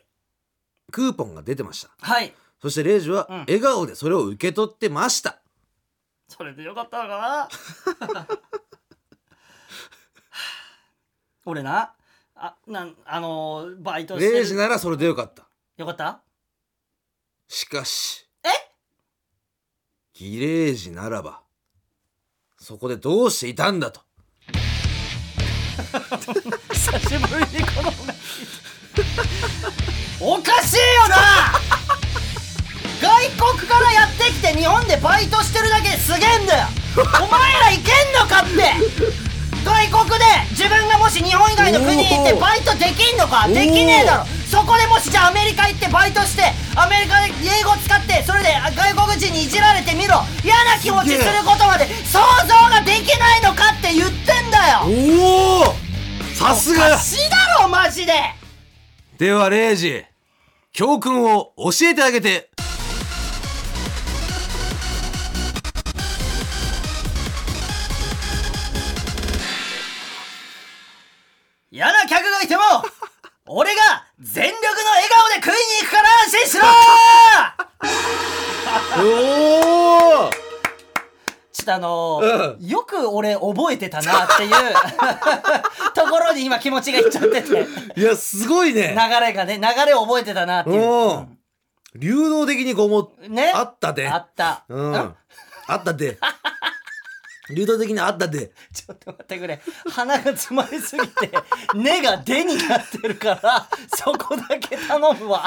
S2: クーポンが出てました。
S1: はい。
S2: そしてレイジは
S1: うん
S2: 笑顔でそれを受け取ってました。
S1: それでよかったのかなは あ俺な、あ、なん、あのーバイトして
S2: レイジ
S1: る。
S2: ならそれでよかった。
S1: よかった
S2: しかし、
S1: え
S2: ギレージならば、そこでどうしていたんだと。
S1: 久しぶりにこのおかしいよな 外国からやってきて日本でバイトしてるだけですげえんだよお前らいけんのかって外国で自分がもし日本以外の国に行ってバイトできんのかできねえだろそこでもしじゃあアメリカ行ってバイトしてアメリカで英語使ってそれで外国人にいじられてみろ嫌な気持ちすることまで想像ができないのかって言ってんだよ
S2: おおさすが
S1: しだろマジで
S2: ではレイジ、教訓を教えてあげて。
S1: 嫌な客がい ても俺が全力の笑顔で食いに行くから安心しろ
S2: おお
S1: ちょっとあのーよく俺覚えてたなっていう ところに今気持ちがいっちゃってて流
S2: いや、すごいね。
S1: れがね流れを覚えてたなって
S2: う
S1: い
S2: ん。流動的にこうも、
S1: うね
S2: あったで。
S1: あった
S2: うん。あったで。流動的にあったで。
S1: ちょっと待ってくれ鼻が詰まりすぎて根が「で」になってるからそこだけ頼むわ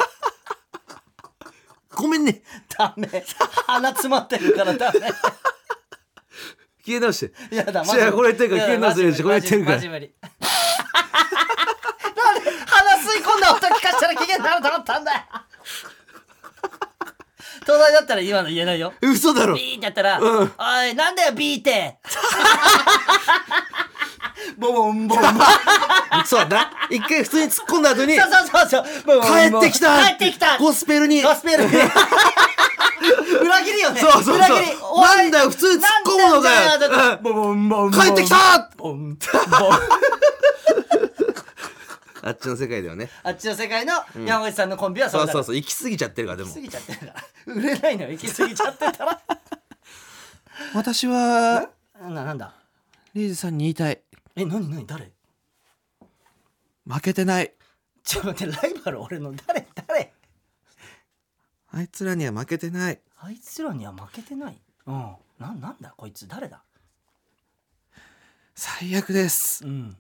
S2: ごめんね。
S1: ダメ鼻詰まってるからダメ
S2: 消え直して。
S1: やだ、
S2: 違うこれ言ってるから
S1: いや
S2: 危険な
S1: マジ無理
S2: するしこれ言ってるから
S1: マジ無理 マジ無理なんで鼻吸い込んだ音聞かしたら危険になると思ったんだよ東大だったら今の言えないよ
S2: 嘘だろ。
S1: ビーってやったら「
S2: うん
S1: おいなんだよビーって」ボボンボンボン
S2: そうだ。一回普通に突っ込んだ後に、
S1: そうそうそうそうボンボン
S2: 帰
S1: ボ
S2: っ
S1: ン
S2: てきた
S1: 帰ってきた
S2: ゴスペルに
S1: ゴスペル裏切りよね
S2: そうそうそう
S1: 裏切りおい
S2: なんだよ普通突っ込むのかよ
S1: なんだよ
S2: うん
S1: ボボンボンボン
S2: 帰ってきた
S1: ボン
S2: あっちの世界ではね。
S1: あっちの世界の山口さんのコンビはそ
S2: そうう
S1: だ
S2: そう
S1: 行
S2: そう。行き過ぎちゃってるから、でも
S1: き過。ぎちゃってる から売れないのよ行き過ぎちゃってたら
S2: 私は、
S1: ななんだ
S2: レイジさんに言いたい。
S1: え何何誰
S2: 負けてない。
S1: ちょっと待ってライバル俺の誰誰
S2: あいつらには負けてない。
S1: あいつらには負けてないうんななんだこいつ誰だ
S2: 最悪です。
S1: うん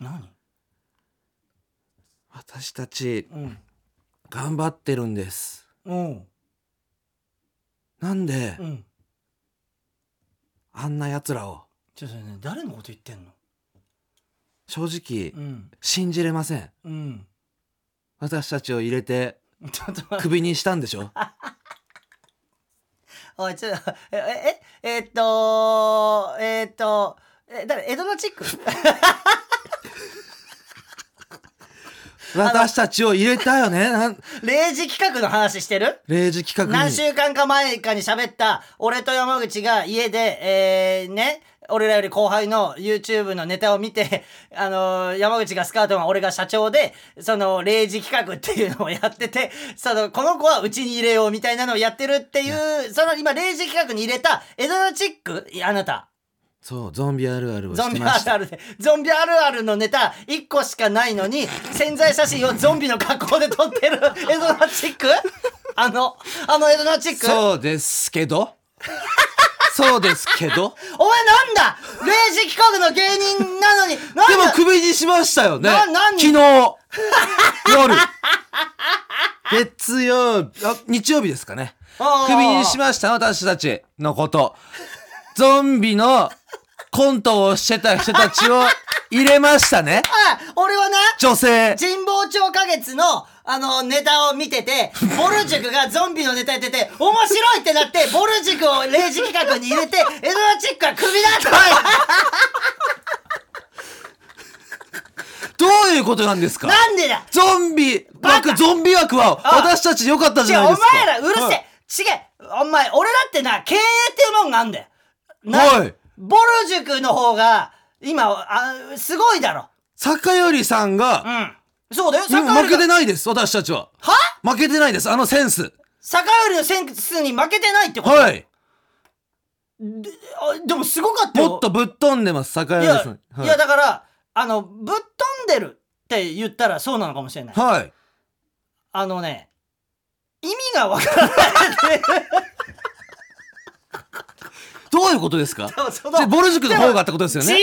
S1: 何
S2: 私たち、
S1: うん
S2: 頑張ってるんです。
S1: うん
S2: なんで
S1: う、ん
S2: あんな奴らを、
S1: ちょっとね誰のこと言ってんの
S2: 正直
S1: う、ん
S2: 信じれません。
S1: うん
S2: 私たちを入れて、
S1: ちょっと待って
S2: クビにしたんで しょ
S1: おいちょっとええええっとえっとえ誰江戸のチ ック
S2: 私たちを入れたよね。なん
S1: 0時企画の話してる
S2: レイジ企画
S1: 何
S2: に。
S1: 週間か前かに喋った俺と山口が家で、えー、ね俺らより後輩の YouTube のネタを見て、あのー山口がスカートマン、俺が社長で、その、0時企画っていうのをやってて、その、この子はうちに入れようみたいなのをやってるっていう、その、今、0時企画に入れた、エドナチックいやあなた。
S2: そうゾンビあるあるを
S1: ゾ
S2: し
S1: ン
S2: て
S1: ビ
S2: ま
S1: あ
S2: し
S1: る
S2: た
S1: あるでゾンビあるあるのネタ1個しかないのに潜在写真をゾンビの格好で撮ってるエドナチックあのあのエドナチック
S2: そうです けどそうですけど
S1: お前なんだ0時企画の芸人なのになん
S2: でも
S1: だ
S2: クビにしましたよね
S1: ななん
S2: 昨日夜月曜日あ日曜日ですかね
S1: あー
S2: クビにしました私たちのことゾンビのコントをしてた人たちを入れましたね
S1: あ俺はな
S2: 女性
S1: 神保町花月の、あの、ネタを見てて、ボル塾がゾンビのネタやってて、面白いってなって、ボル塾を0時企画に入れて、エドナチックはクビだった
S2: どういうことなんですか
S1: なんでだ
S2: ゾンビ
S1: バカ
S2: 枠ゾンビ枠は
S1: あ
S2: 私たち良かったじ
S1: 違
S2: ゃ
S1: う
S2: ないで
S1: お
S2: すか
S1: 前らうるせえ、違うお前俺だってな経営っていうもんがあんだよな
S2: はい
S1: ボル塾の方が今あすごいだろ
S2: 坂よりさん
S1: う
S2: が
S1: んそうだよ
S2: うん
S1: 坂よ
S2: 負けて
S1: りが
S2: ないです私たちは
S1: は
S2: 負けてないですあのセンス
S1: 坂よりのセンスに負けてないってこと、
S2: はい
S1: あでもすごかったよ
S2: もっとぶっ飛んでます坂
S1: い
S2: より
S1: や,、
S2: さん
S1: い、
S2: はい
S1: やだからあのぶっ飛んでるって言ったらそうなのかもしれない、
S2: はい
S1: あのね意味がわからない
S2: どういうことですか
S1: でもその
S2: じゃあボル塾の方がってことですよ
S1: ちげ
S2: ね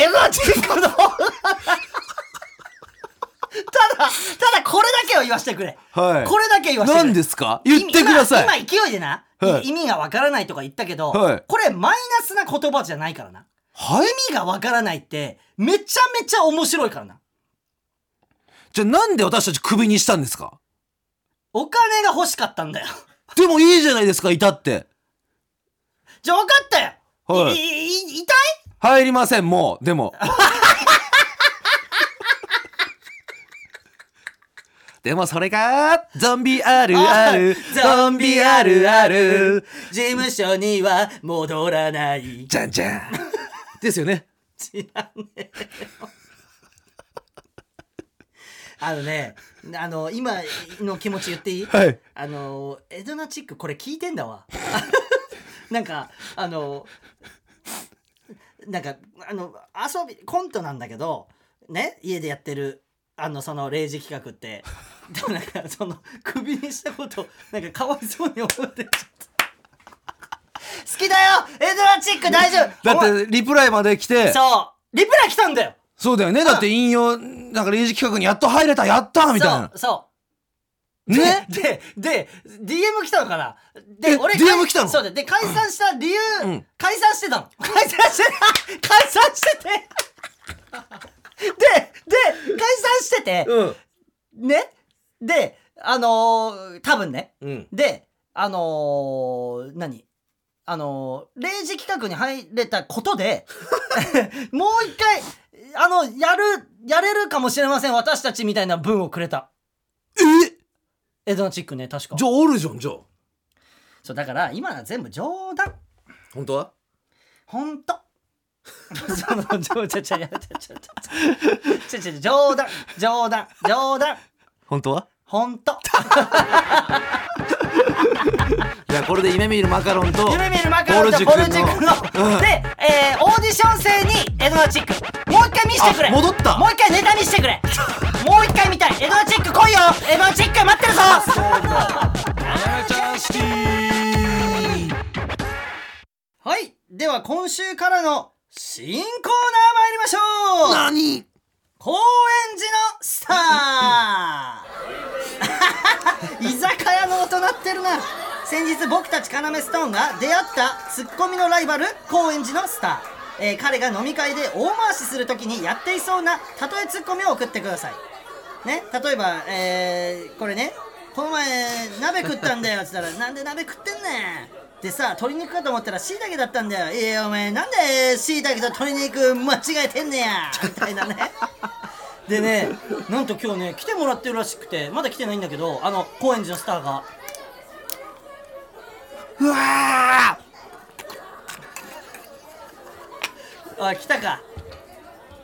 S1: えよ、エゾチンコの方が。ただ、ただこれだけを言わしてくれ。
S2: はい
S1: これだけ言わしてくれ。
S2: 何ですか言ってください
S1: 今今勢いでな、
S2: はい
S1: い意味がわからないとか言ったけど、
S2: はい
S1: これマイナスな言葉じゃないからな。
S2: はい
S1: 意味がわからないって、めちゃめちゃ面白いからな。
S2: じゃあなんで私たちクビにしたんですか
S1: お金が欲しかったんだよ。
S2: でもいいじゃないですかいたって
S1: じゃあ分かったよ。
S2: はい
S1: い、い、い痛い
S2: 入りませんもうでも でもそれがゾンビあるあるゾンビあるある
S1: 事務所には戻らない。
S2: じゃんじゃんですよね
S1: 知らねえよあのねあの今の気持ち言っていい、
S2: はい
S1: あのエドナチックこれ聞いてんだわ なんかあのなんかあの遊びコントなんだけどね家でやってるあのその0時企画ってでもなんかそのクビにしたことなんかかわいそうに思ってちょっと好きだよエドナチック大丈夫
S2: だ
S1: お前
S2: ってリプライまで来て
S1: そう。リプライ来たんだよ。
S2: そうだよねだって引用なんか0時企画にやっと入れたやったーみたいな
S1: そう。そう。
S2: ね
S1: で、で、で DM 来たのかなで、
S2: え
S1: 俺、
S2: DM 来たの
S1: そうだ。で、解散した理由、
S2: うん
S1: 解散してたの。 解散してた解散しててで、で、解散してて、
S2: うん
S1: ねで、あのー多分ね。
S2: うん
S1: で、あのー何あのー、0時企画に入れたこと で、もう一回、あの、やる、やれるかもしれません、私たちみたいな文をくれた。
S2: え
S1: エドナチックね、確か
S2: じ。ゃあおるじゃんじゃあ
S1: そう、だから、今のは全部冗談。
S2: 本当は
S1: ほんと。その冗ちょちょちょちょちょちょちょちょ冗談冗談冗談
S2: 本当は
S1: ほんと
S2: いやこれで夢見るマカロンと
S1: 夢見るマカロンとボルチックので、えー、オーディション生にエドナチックもう一回見してくれ
S2: あ戻った
S1: もう一回ネタ見してく れもう一回見たいエドナチック来いよエドナチック待ってるぞはいでは今週からの新コーナー参りましょう
S2: 何
S1: 高円寺のスター 居酒屋の音鳴ってるな先日僕たち要ストーンが出会ったツッコミのライバル高円寺のスター、えー彼が飲み会で大回しするときにやっていそうなたとえツッコミを送ってくださいね例えば、えーこれねこの前鍋食ったんだよっつったら「なんで鍋食ってんねん」でさ鶏肉かと思ったら椎茸だったんだよいやお前なんで椎茸と鶏肉間違えてんねやみたいなねでねなんと今日ね来てもらってるらしくてまだ来てないんだけどあの高円寺のスターが
S2: うわ
S1: あ来たか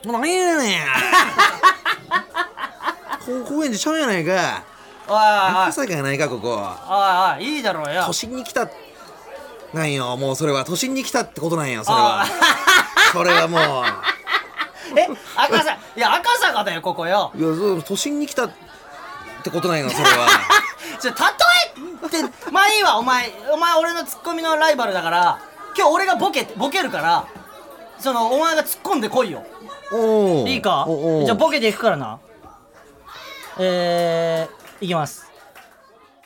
S2: ー何やねん ここ公園でちゃうやないか
S1: おいお
S2: 赤
S1: い
S2: 坂やないかここ
S1: おいおいいいだろうよ
S2: 都心に来たなんよもうそれは都心に来たってことなんよそれ
S1: あ
S2: はこれはもう
S1: え赤坂いや赤坂だよここよ
S2: いやそう都心に来たってことないのそれ は
S1: ちょ例えってまあいいわお前お前俺のツッコミのライバルだから今日俺がボケボケるからそのお前が突っ込んでこいよ
S2: おー
S1: いいか
S2: おー
S1: じゃあボケていくからなえー、いきます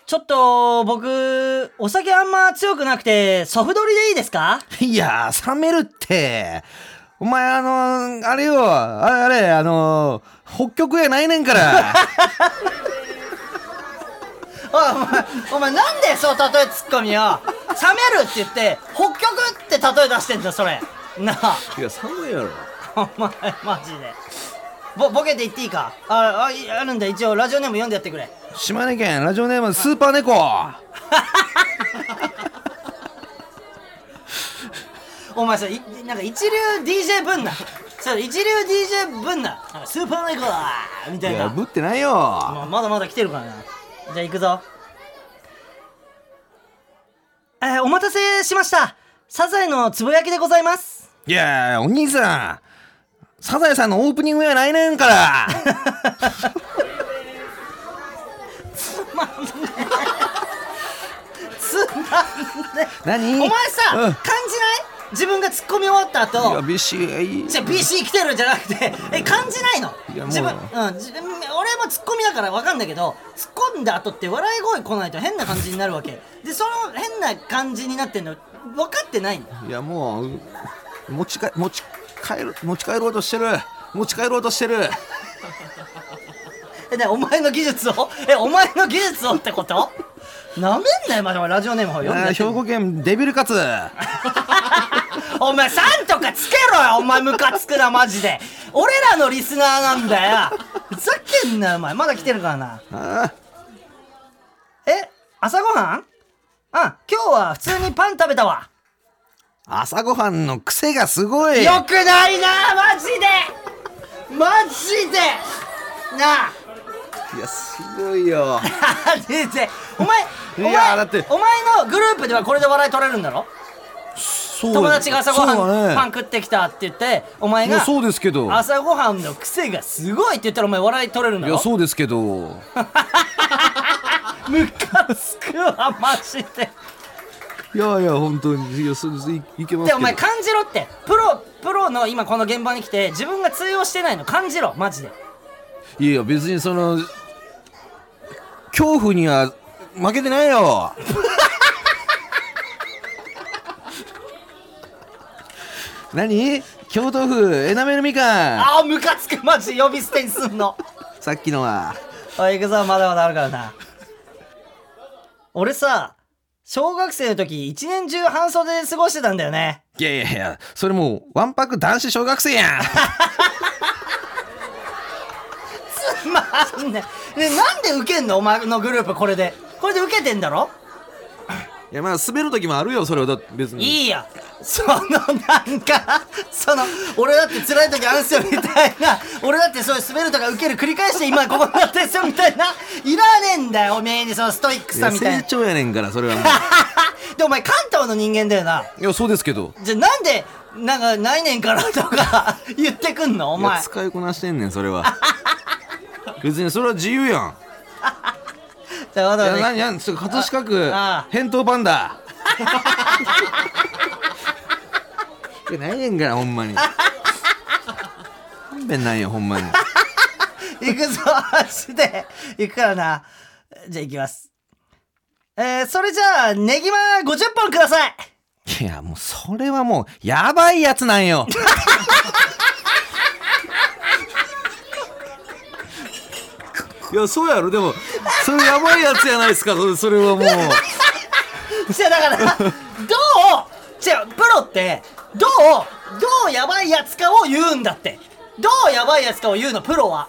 S1: ちょっと僕お酒あんま強くなくてソフドリでいいですか
S2: いやー、冷めるって。お前、あのーあれよ、あれ、あれ、あのー北極やないね んから。
S1: おいお前お前なんでそう例えツッコミを冷めるって言って北極って例え出してんだそれなあ
S2: いや、寒いやろ。
S1: お前マジでボボケて言っていいかああいあるんだ一応ラジオネーム読んでやってくれ
S2: 島根県、ラジオネーム、スーパー猫。
S1: お前それいなんか一流 DJ ぶんなそれ一流 DJ ぶんななんかスーパーナイコーみた
S2: い
S1: い
S2: や、
S1: な
S2: ぶってないよ。
S1: まあまだまだ来てるからなじゃあ行くぞえーお待たせしましたサザエのつぶやきでございます
S2: いやー、お兄さん。サザエさんのオープニングやないねん から。
S1: つなんで
S2: 何
S1: お前さ、
S2: う
S1: 感じな
S2: ん
S1: い自分がツッコミ終わった
S2: いや、
S1: 後
S2: ビシー。
S1: じゃあ BC 来てるじゃなくてえ感じないの
S2: いやもう
S1: 自分、うん、自分俺もツッコミだから分かんだけどツッコんだ後って笑い声来ないと変な感じになるわけでその変な感じになってんの分かってないんだ
S2: いや、もう、う持ちか、持ち帰る、持ち帰ろうとしてる。持ち帰ろうとしてる。
S1: え、ね、お前の技術をえ、お前の技術をってことなめんなよ、まだラジオネームを読んで
S2: あ
S1: や
S2: ー
S1: って
S2: 兵
S1: んの。
S2: 庫県デビルカツ。
S1: お前、さんとかつけろよ、お前、ムカつくな、マジで。俺らのリスナーなんだよ。ふざけんなよ、お前。まだ来てるからな。
S2: あー
S1: え、朝ごはんあ、今日は普通にパン食べたわ。
S2: 朝ごはんの癖がすごい。
S1: よくないな、マジでマジでな あ。
S2: いや、すごいよ。
S1: 先生、お前、お前、
S2: いやだって
S1: お前のグループではこれで笑い取れるんだろ友達が朝ご
S2: そう
S1: はん、
S2: だ
S1: パン食ってきたって言ってお前
S2: いや
S1: が
S2: そうですけど。い
S1: 朝ごはんの癖がすごいって言ったらお前笑い取れるんだ
S2: や、
S1: ろ
S2: そうですけど。
S1: ムカつくわマジで
S2: いやいや、本当に。いや、そうです。いいけます
S1: で
S2: けど。
S1: お前感じろってプロプロの今この現場に来て自分が通用してないの感じろマジで
S2: いやいや、別にその、恐怖には負けてないよ。 何京都府エナメルみかん。
S1: ああムカつくマジ呼び捨てにすんの
S2: さっきのは。
S1: おい行くぞまだまだあるからな俺さ小学生の時一年中半袖で過ごしてたんだよ ね
S2: いやいやいや、それもう、わんぱく男子小学生 やん。
S1: まあいいんだよねなんでウケんのお前のグループこれでこれでウケてんだろ
S2: いや、まあ、滑る時もあるよ、それは。だって別に。
S1: いいやそのなんかその俺だって辛い時あるんすよみたいな俺だってそういう滑るとか受ける繰り返して今ここになってんすよみたいないらねえんだよおめえにそのストイック
S2: い
S1: さ
S2: や
S1: みたい
S2: 成
S1: な
S2: 長やねんから、それはもう。
S1: でお前関東の人間だよない
S2: や、そうですけど。
S1: じゃあなんでなんかないねんからとか言ってくんのお
S2: いや
S1: 前
S2: 使いこなしてんねん、それ は。別にそれは自由やん。
S1: じゃあわ
S2: い
S1: ざわ
S2: や、
S1: ざ
S2: 何やん、ちょっと葛飾区
S1: ああ、
S2: 返答パン ダ。いや、ないねんから、ほんまに。勘弁ないよ、ほんまに。
S1: 行くぞ足で行くからなじゃあ行きますえー、それじゃあネギマ50本ください
S2: いや、もう、それはもう、やばいやつなんよ。いや、そうやろ、でも、それやばいやつやないですか、それそれはもう。
S1: じゃあだからどうじゃあプロってどうどうやばいやつかを言うんだってどうやばいやつかを言うのプロは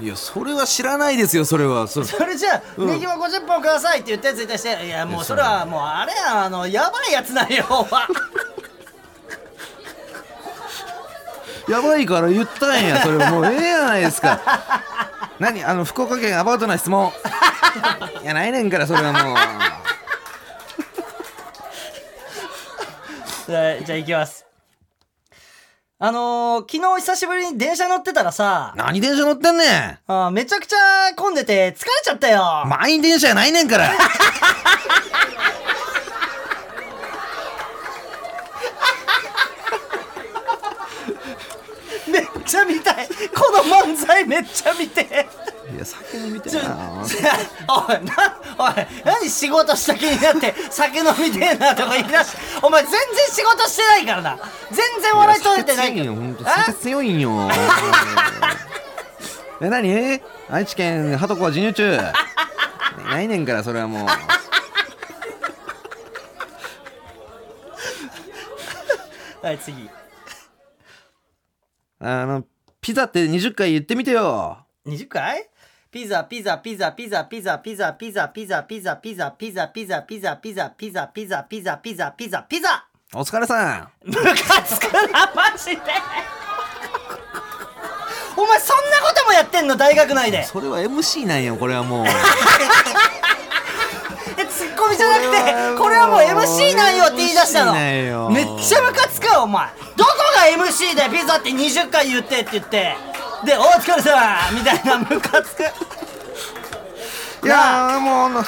S1: い
S2: や、それは知らないですよ、それは。それ
S1: それじゃあ「ネギは50本ください」って言ったやつに対して「いやもうそれはもうあれやあのやばいやつなんよお前
S2: やばいから言ったんや、それはもうええやないですか。何あの、福岡県アバウトな質問。いや、ないねんから、それは もう。
S1: じゃあじゃあいきますあのー昨日久しぶりに電車乗ってたらさ、
S2: 何電車乗ってんねん
S1: あーめちゃくちゃ混んでて疲れちゃったよ。
S2: 満員電車やないねんから
S1: めっちゃ見たい。この漫才めっちゃ見てえ。
S2: いや酒飲みてえな
S1: おい、な、おい、何仕事した気になって酒飲みてえなとか言い出して、お前全然仕事してないからな。全然笑い取れてない
S2: い
S1: か
S2: や酒強いん
S1: ら
S2: よほんと
S1: あ
S2: 酒強いんよえ何愛知県鳩子は授乳中ないねんからそれはもう
S1: はい、次。
S2: あのピザって20回言ってみてよ
S1: 20回ピザピザピザピザピザピザピザピザピザピザピザピザピザピザピザピザピザピザピザピザ
S2: お疲れさん
S1: ムカつくなマジでお前そんなこともやってんの大学内で
S2: それは MC なんよこれはもう
S1: えツッコミじゃなく
S2: これはも
S1: て
S2: う
S1: これはもう MC なんよって言い出したの
S2: MC なんよ
S1: めっちゃムカつくわお前どこが MC でピザって20回言ってって言ってでお疲れさんみたいなムカつく
S2: いやーもうあの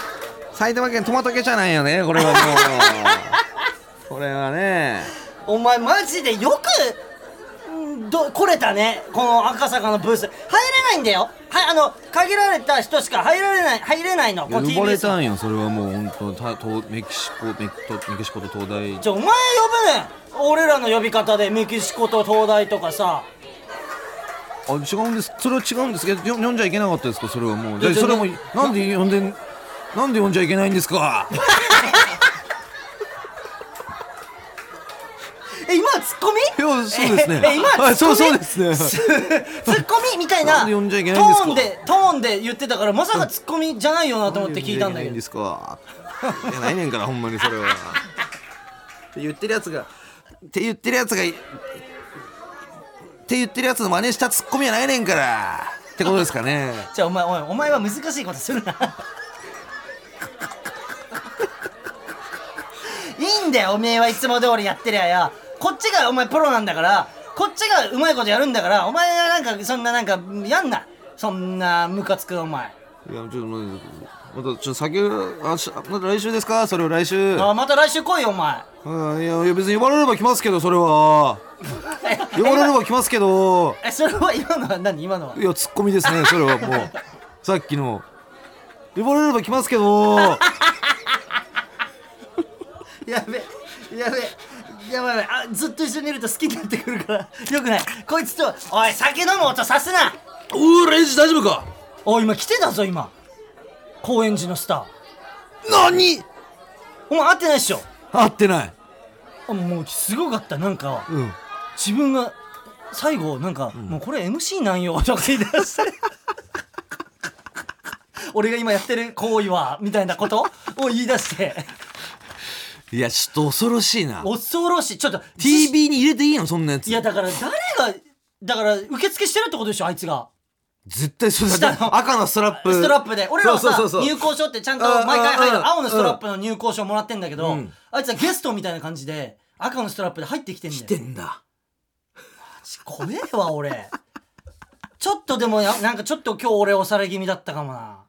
S2: 埼玉県トマトケチャなんよねこれはもうこれはね
S1: お前マジでよくんど来れたねこの赤坂のブース入れないんだよはいあの限られた人しか入られない入れないのこの
S2: 呼ばれ
S1: TBS
S2: たんよそれはもう本当たとメキシコメキとメキシコと東大
S1: じゃあお前呼ぶねん俺らの呼び方でメキシコと東大とかさ
S2: あ違うんですそれは違うんですけどよ読んじゃいけなかったですかそれはもう
S1: いや
S2: でそれも
S1: じ
S2: なんで読んでんなんで読んじゃいけないんです か
S1: え今はツッコミ
S2: いやそうですね
S1: ええ今はツッコミ
S2: はいそうそうですね
S1: ツッコミみたいな
S2: なんで呼んじゃいけ
S1: ト
S2: ないんですか
S1: ーンでトーンで言ってたからまさかツッコミじゃないよなと思って聞いたんだけど
S2: 読じゃいけないんですかいやないねんからほんまにそれはって言ってるやつがって言ってるやつがいって言ってるやつの真似したツッコミはないねんからってことですかね
S1: じゃあお前おいお前は難しいことするないいんだよおめえはいつも通りやってりゃやこっちがお前プロなんだからこっちがうまいことやるんだからお前がなんかそんななんかやんなそんなムカつくお前
S2: いやちょっと待ってまたちょっと先あしまた来週ですかそれは来週
S1: あまた来週来いよお前
S2: うんいやいや別に呼ばれれば来ますけどそれは呼ばれれば来ますけど
S1: えそれは今のは何今のはい
S2: やツッコミですねそれはもうさっきの呼ばれれば来ますけど
S1: やべやべやばいやばいあずっと一緒にいると好きになってくるからよくないこいつとおい酒飲む音さすな
S2: おおレイジ大丈夫か
S1: おい今来てたぞ今高円寺のスター
S2: 何
S1: お前会ってないっしょ
S2: 合ってない
S1: あもうすごかったなんか
S2: うん
S1: 自分が最後なんか、もうこれ MC なんよとか言い出して俺が今やってる行為はみたいなことを言い出して
S2: いやちょっと恐ろしいな
S1: 恐ろしいちょっと
S2: TB に入れていいのそんなやつ
S1: いやだから誰がだから受付してるってことでしょあいつが
S2: 絶対そう
S1: 下
S2: だ
S1: の
S2: 赤のストラップ
S1: ストラップで俺らはさ
S2: そうそうそう
S1: 入
S2: そう
S1: 校証ってちゃんと毎回入
S2: うんうん
S1: る
S2: うん
S1: 青のストラップの入校証もらってんだけど、
S2: うん
S1: あいつはゲストみたいな感じで赤のストラップで入ってきてんだよ
S2: 来てんだ
S1: 怖えわ俺ちょっとでもやなんかちょっと今日俺押され気味だったかも な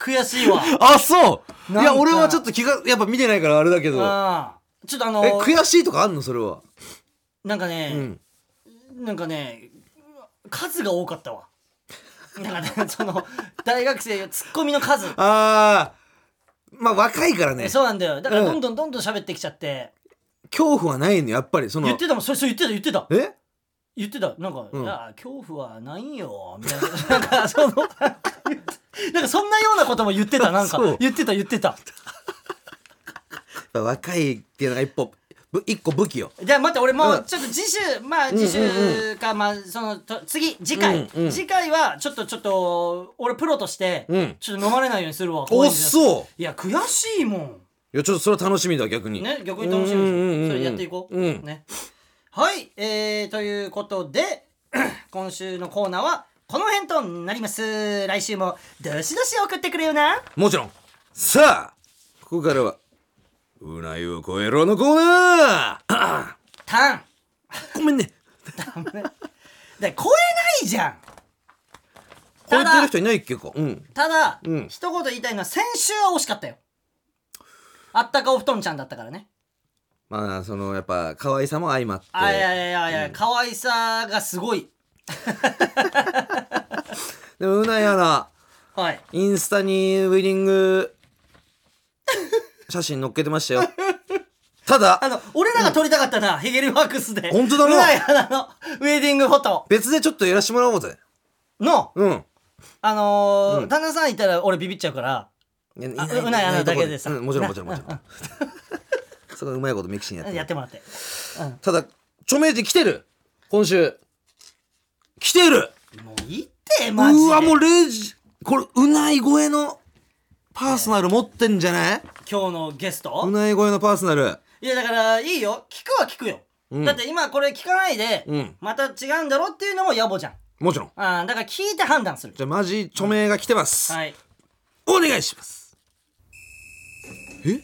S1: 悔しいわ
S2: あそうい
S1: なん
S2: や
S1: か
S2: 俺はちょっと気がやっぱ見てないからあれだけど
S1: ああちょっとあの
S2: え悔しいとかあんのそれは
S1: なんかね、
S2: うん
S1: なんかね数が多かったわなんかねその大学生ツッコミの数
S2: あーまあ若いからね
S1: そうなんだよだから
S2: う
S1: ど
S2: ん
S1: んどんどんどん喋ってきちゃって、
S2: 恐怖はないのやっぱりそ
S1: 言
S2: の
S1: ってたもんそれそれ言ってた言ってた
S2: え
S1: 言ってたなんか「
S2: うん
S1: いや恐怖はないんよ」みたいななんかそ のなんかそんなようなことも言ってたなんか
S2: そう
S1: 言ってた言ってた
S2: 若いっていうのが一歩ぶ一個武器よ
S1: じゃあ待って俺も
S2: う
S1: うんちょっと次週まあ次週かまあそのと次次回
S2: うんうん
S1: 次回はちょっとちょっと俺プロとして
S2: うん
S1: ちょっと飲まれないようにするわ
S2: おっそう
S1: いや悔しいも
S2: いやちょっとそれは楽しみだ逆に
S1: んね逆に楽しみ
S2: うんう
S1: で
S2: んうんうん
S1: すそれやっていこう
S2: うん
S1: ねはいえーということで 今週のコーナーはこの辺となります来週もどしどし送ってくれよな
S2: もちろんさあここからはうなゆを超えろのコーナー
S1: タン
S2: ごめんね
S1: で超えないじゃん
S2: 超
S1: た
S2: え
S1: だ
S2: てる人いないっけかうん
S1: ただ、
S2: うん
S1: 一言言いたいのは先週は惜しかったよあったかお布団ちゃんだったからね
S2: まあそのやっぱ可愛さも相まって
S1: あいやいやいやいや、可愛さがすごい
S2: でもうなやら
S1: はい
S2: インスタにウェディン グ写真載っけてましたよただ
S1: あの俺らが撮りたかったな、ヒゲルワークスで
S2: 本当だな
S1: うなやらのウェディングフォト
S2: 別でちょっとやらしてもらおうぜ
S1: の
S2: うん
S1: あのー
S2: うん
S1: 旦那さんいたら俺ビビっちゃうから
S2: いやいういう
S1: ないあなただけでさ
S2: うんもちろんもちろんもちろん そこはうまいことミキシンやって
S1: やってもらって
S2: ただ著名人来てる今週来てる
S1: もういいってマジで
S2: うわもう0時これうない声のパーソナル持ってんじゃない
S1: 今日のゲスト
S2: うない声のパーソナル
S1: いやだからいいよ聞くは聞くよ、
S2: うん
S1: だって今これ聞かないで、
S2: うん
S1: また違うんだろっていうのも野暮じゃん
S2: もちろん
S1: あーだから聞いて判断する
S2: じゃあマジ著名が来てます、
S1: はい
S2: お願いします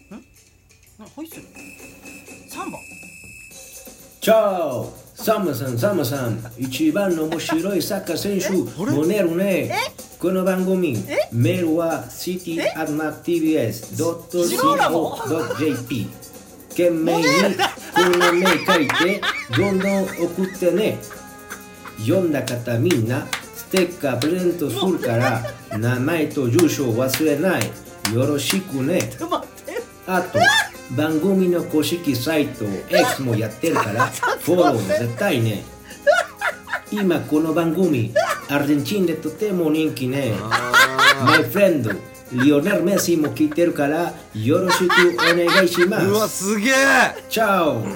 S1: なホイッスル3番
S7: Ciao! サムさん、サムさん、一番の面白いサッカー選手、モネルね。この番組、メールは cityadmactvs.co.jp。懸 命にこの名書いて、どんどん送ってね。読んだ方みんな、ステッカープレゼントするから、名前と住所忘れない。よろしくね。
S1: 待って
S7: あと番組の公式サイト X もやってる からフォロー絶対ね今この番組アルゼンチンでとても人気ねマイフレンドリオネル・メッシも聞いてるからよろしくお願いしま
S2: うわ
S7: す
S2: すげえ
S7: チャオ
S1: ち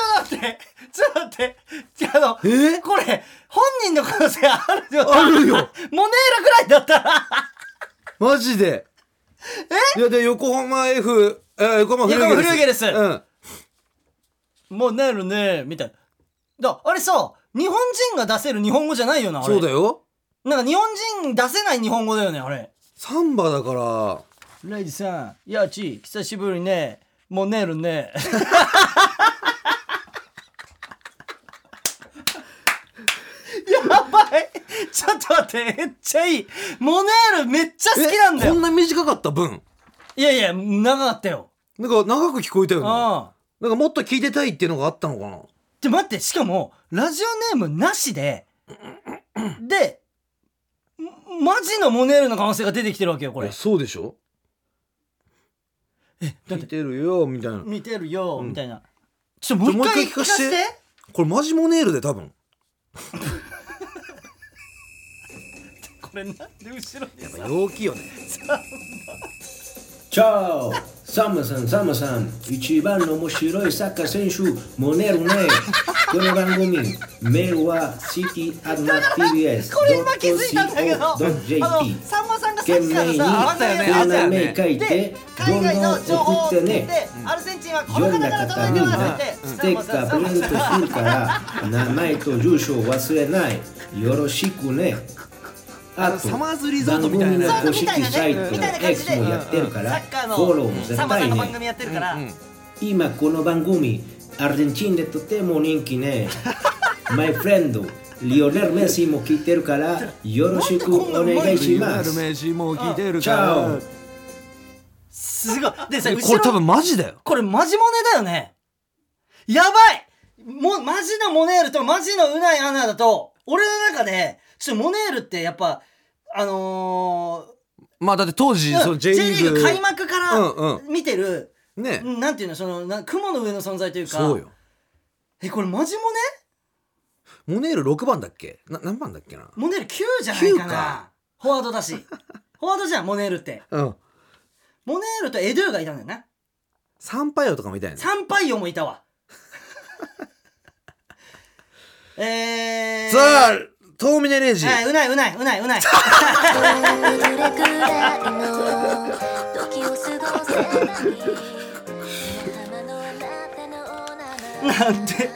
S1: ょっと待ってちょっと待ってじゃあの
S2: え
S1: これ本人の可能性あるよ
S2: あるよ
S1: モネーラぐらいだったら
S2: マジでえいやで横浜 F えー横浜フル
S1: 横浜フル
S2: ー
S1: ー
S2: ゲ
S1: ゲ
S2: で
S1: ですす
S2: うん
S1: モネルねみたいなだあれさ日本人が出せる日本語じゃないよなあれ
S2: そうだよ
S1: なんか日本人出せない日本語だよねあれ
S2: サンバだから
S1: ライジさんやーちー久しぶりねモネルね やばいちょっと待ってめっちゃいいモネールめっちゃ好きなんだ
S2: えこ
S1: よ
S2: んな短かった分
S1: いやいや長かったよ
S2: なんか長く聞こえたよね
S1: ああ
S2: なんかもっと聞いてたいっていうのがあったのかな
S1: で待ってしかもラジオネームなしででんマジのモネールの可能性が出てきてるわけよこ
S2: い
S1: れ
S2: やそうでしょえ
S1: だって
S2: 聞いてるよみたいな
S1: 見てるよ、みたいなちょ
S2: ち
S1: も
S2: ょ
S1: う一回
S2: もう一
S1: 聞
S2: 回聞か
S1: か
S2: せて
S1: せて
S2: これマジモネールで多分
S1: これなんで後ろにさ
S2: 陽気よね
S7: チャオサムさん、サムさん、一番の面白いサッカー選手、モネルね。この番組、メールは
S1: これ今気づいたんだけどあの
S7: cityadmactvs.co.jp。
S1: さんまさんがさっ
S7: 懸
S1: き
S7: 命
S1: から
S7: に
S1: さ
S2: あったよね
S7: こんな
S2: ね
S7: 名書いて
S1: で
S7: ど
S1: 海
S7: んど
S1: 外の情
S7: ん
S1: 報を聞
S7: 送っ
S1: い
S7: て
S1: て
S7: ね
S1: アルゼンチンはこの
S7: 読
S1: 方
S7: んだ
S1: から
S7: 方
S1: 届い
S7: に
S1: てま
S7: は
S1: す
S7: ス
S1: って
S7: テ
S1: 言
S7: ッ
S1: って
S7: カープレゼントするから名前と住所を忘れないよろしくねあと
S2: サマーズリゾー
S7: 番
S2: トみたい
S7: 組
S2: な
S7: の公
S1: みたい
S7: 式
S1: な
S7: サイ
S1: ね
S7: ト
S1: みたいな感じ
S7: X
S1: で
S7: もやってるか
S1: サ
S7: ら
S1: ッカー
S7: フォローも
S1: のさ
S7: 絶
S1: んまさん
S7: 対
S1: の
S7: ね
S1: 番組やってるから
S7: 今この番組アルゼンチンでとても人 気ねマイフレンドリオネル・メッシも聞いてるからよろしくお願いしま
S2: ル
S7: す
S2: メシも聞いてる
S7: チ
S2: か
S7: ャ
S2: ら
S7: オ
S1: すごいでさ
S2: えこれ多
S1: 後ろ
S2: 分マジだよ
S1: これマジモネだよねやばいもマジのモネールとマジのうないアナだと俺の中でちょっとモネールってやっぱあの
S2: まあだって当時
S1: ー
S2: その
S1: うん
S2: J リ
S1: J リー
S2: ーグ
S1: グ開幕か
S2: うん
S1: ら見てる
S2: ね
S1: うんなんていうのそのな雲の上の存在というか
S2: そうよ
S1: えこれマジモネ
S2: モネール6番だっけな何番だっけな
S1: モネル9じゃないかな
S2: 9か
S1: フォワードだしフォワードじゃんモネルって
S2: うん
S1: モネルとエドゥがいたんだよな
S2: サンパイオとかみたいな
S1: サンパイオもい たわえー、
S2: さあ遠峰レイジ
S1: はいうないうないうないうない
S8: どれくらいの時を過ごせばいい
S1: なんて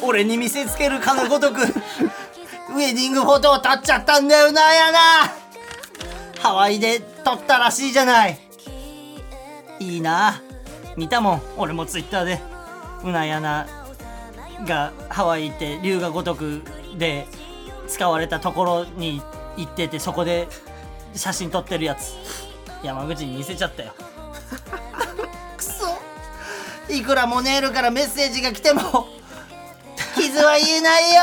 S1: 俺に見せつけるかのごとくウェディングフォトを立っちゃったんだよなやなハワイで撮ったらしいじゃないいいな見たもん俺もツイッターでップなやながハワイ行って龍が如くで使われたところに行っててそこで写真撮ってるやつ山口に見せちゃったよ くそいくらモネールからメッセージが来ても傷は言えないよ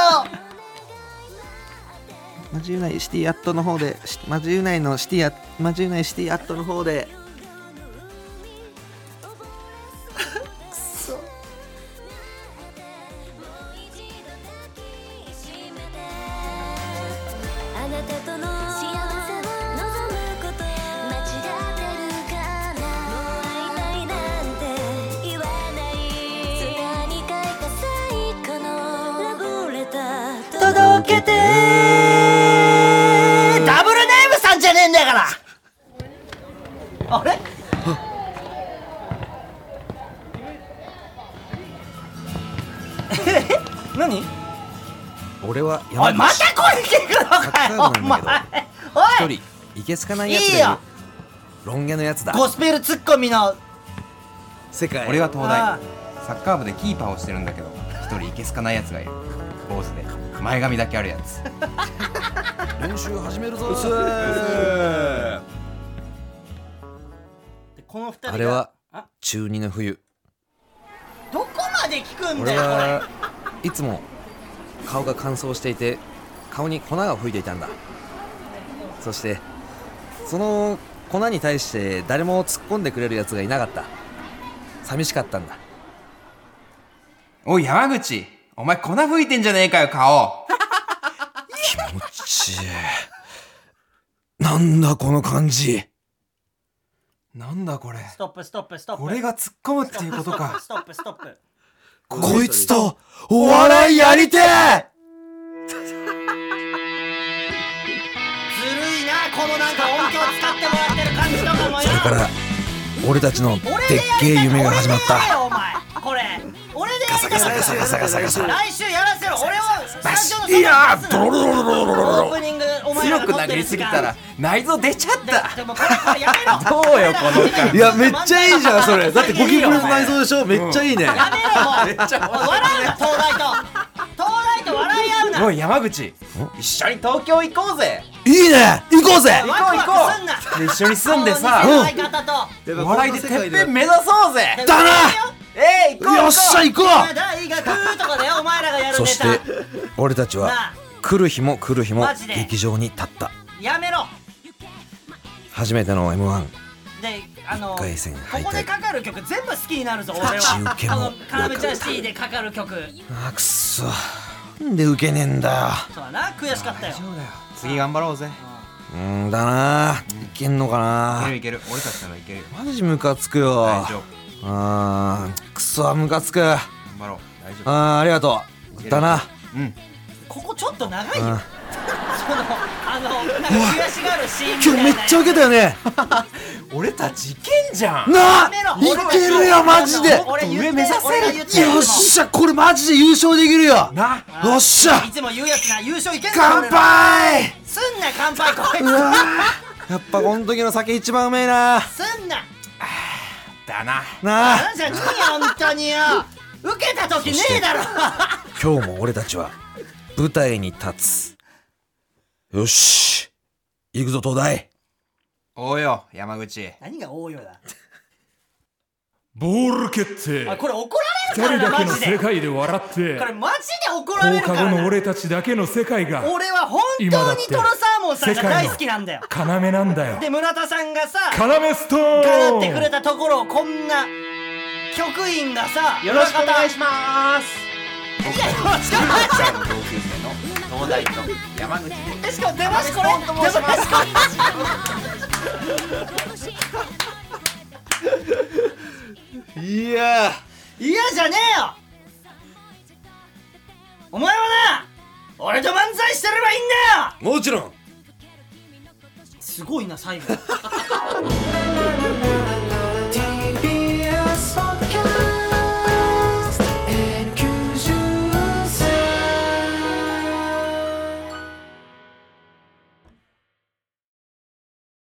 S2: マジユナイシティアットの方でしマジユナイのシティアマジユナイシティアットの方で
S8: あなたとの幸せを望むこと間違ってるからもう会いたいなんて言わない空に書いた最高のラブレターと
S1: 届けてダブルネームさんじゃねえんだからあれえ何
S4: 俺は
S1: おい
S4: 山
S1: ま
S4: 口
S1: た声聞くのかよお前お
S4: 一
S1: い
S4: 人いけすかない
S1: い
S4: やつ
S1: い
S4: がい
S1: よ
S4: るロン毛のやつだ
S1: ゴスペルツッコミの
S2: 世界
S5: 俺は東
S1: あ
S5: 大サッカー部でキーパーをしてるんだけど一人いけすかないやつがいる坊主で前髪だけあるやつ
S4: 練習始めるぞ
S1: この二人が
S4: あれは
S1: あ
S4: 中二の冬
S1: どこまで聞くんだ
S4: 俺
S1: よこれ
S4: はいつも顔が乾燥していて顔に粉が吹いていたんだそしてその粉に対して誰も突っ込んでくれるやつがいなかった寂しかったんだ
S5: おい山口お前粉吹いてんじゃねえかよ顔
S4: ちえなんだこの感じ
S5: なんだこれ
S1: ストップストップストップ
S5: 俺が突っ込むっていうことか
S1: ストップストップ
S4: こいつとお笑いやりてえ
S1: ずるいなこのなんか音響使ってもらってる感じとかもよ
S4: だから俺たちのでっ
S1: 俺でや
S4: け
S1: り
S4: え
S1: たい
S4: 夢が始まっ
S1: 俺でやれ
S4: た
S1: よお前これ俺でやりた
S4: ガ
S1: い
S4: サガサガサガサガサ
S1: 来週やらせろ俺をスタジオの外に
S4: いや
S1: 出
S4: ー
S1: すな
S4: ドロドロドロドロド
S1: オー
S4: ロ
S1: プニングお前
S5: 強
S1: らが
S5: く
S1: 撮っ
S5: な
S1: てる
S5: り
S1: 時
S5: すぎ
S1: 間
S5: たら内臓出ちゃっ
S1: で
S5: た
S1: でもこれこれやめろ
S5: どうよこの回
S2: いやめっちゃいいじゃんそれだってゴキブリの
S1: や
S2: 内臓でしょめっちゃいいね、
S1: めろもうめっちゃ笑うな東大と東大と笑い合うな
S5: おい山口一緒に東京行こうぜ
S4: いいね行こう
S1: ワ
S4: ぜ
S1: ク
S5: 行こう
S1: ワクすんな
S5: で一緒に住んでさ
S1: この偽の相方
S2: で
S5: お
S2: も
S5: 笑いで
S2: こ
S5: て
S2: んな世
S5: っ
S2: 界
S5: ぺん目指そうぜ
S1: と
S4: だな
S5: えい行こう
S4: よっしゃ行こう
S1: 大学とかだよお前らがやる
S4: そ
S1: ネ
S4: して
S1: タ
S4: 俺たち
S1: なあ
S4: は来る日も来る日も
S1: マジで
S4: 劇場に立った
S1: やめろ
S4: 初めての m 1
S1: であの
S4: 一回戦敗退
S1: ここでかかる曲全部好きになるぞ俺は
S4: 待ち受け
S1: こ
S4: も
S1: の「カラメちゃん C」でかかる曲
S4: あくっそなんでウケねえんだ
S1: そうだな悔しかったよ
S5: 次頑張ろうぜ
S4: ようんだないけんのか
S5: いける
S4: ない
S5: ける俺たちならいけるよ
S4: マジムカつくよ
S5: 大丈夫
S4: あーくそムカつくあ
S5: 頑張ろう大丈夫
S4: ーありがとうだな
S5: うん
S1: ここちょっと長いよ
S4: うん
S1: そのあのなんか悔しがるシーンみた
S4: 今
S1: い
S4: 日
S1: な
S4: めっちゃウケたよね
S5: 俺たちいけんじゃん
S4: なあ
S1: やめろ
S4: いけるよマジで
S1: もっと俺言って
S5: 上目指せる
S1: 俺が言ってる
S4: よっしゃこれマジで優勝できるよよ
S5: な
S4: っしゃ
S1: いつも言うやつな優勝いけんぞ
S4: 乾杯
S1: 俺らすんな乾杯こいつ
S4: うわーやっぱこの時の酒一番うめえな
S1: すんな
S5: だな
S4: なあ
S1: なんじゃに本当によ受けた時ねえだろ
S4: 今日も俺たちは舞台に立つよし行くぞ東大
S5: おうよ山口
S1: 何が応用だ
S6: ボール決定
S1: あこれ怒
S6: 二
S1: られ
S6: 人
S1: るからな
S6: だけ
S1: マ
S6: の
S1: ジで
S6: 世界で笑って
S1: これマジで怒られ
S6: 放
S1: るか
S6: 課
S1: ら
S6: 後
S1: な
S6: の俺たちだけの世界が
S1: 俺は本当にトロサーモンさんが大好きなんだよ
S6: 要なんだよ
S1: で村田さんがさ
S6: 要ストーン
S1: 奏ってくれたところをこんな局員がさよろしくお願いしますいやよろしくお願いしま
S5: 同級生の東大と山口です
S1: しかも出ましこれ出ましこれ
S2: いや
S1: 嫌じゃねえよお前はな俺と漫才してればいいんだよ
S4: もちろん
S1: すごいな最後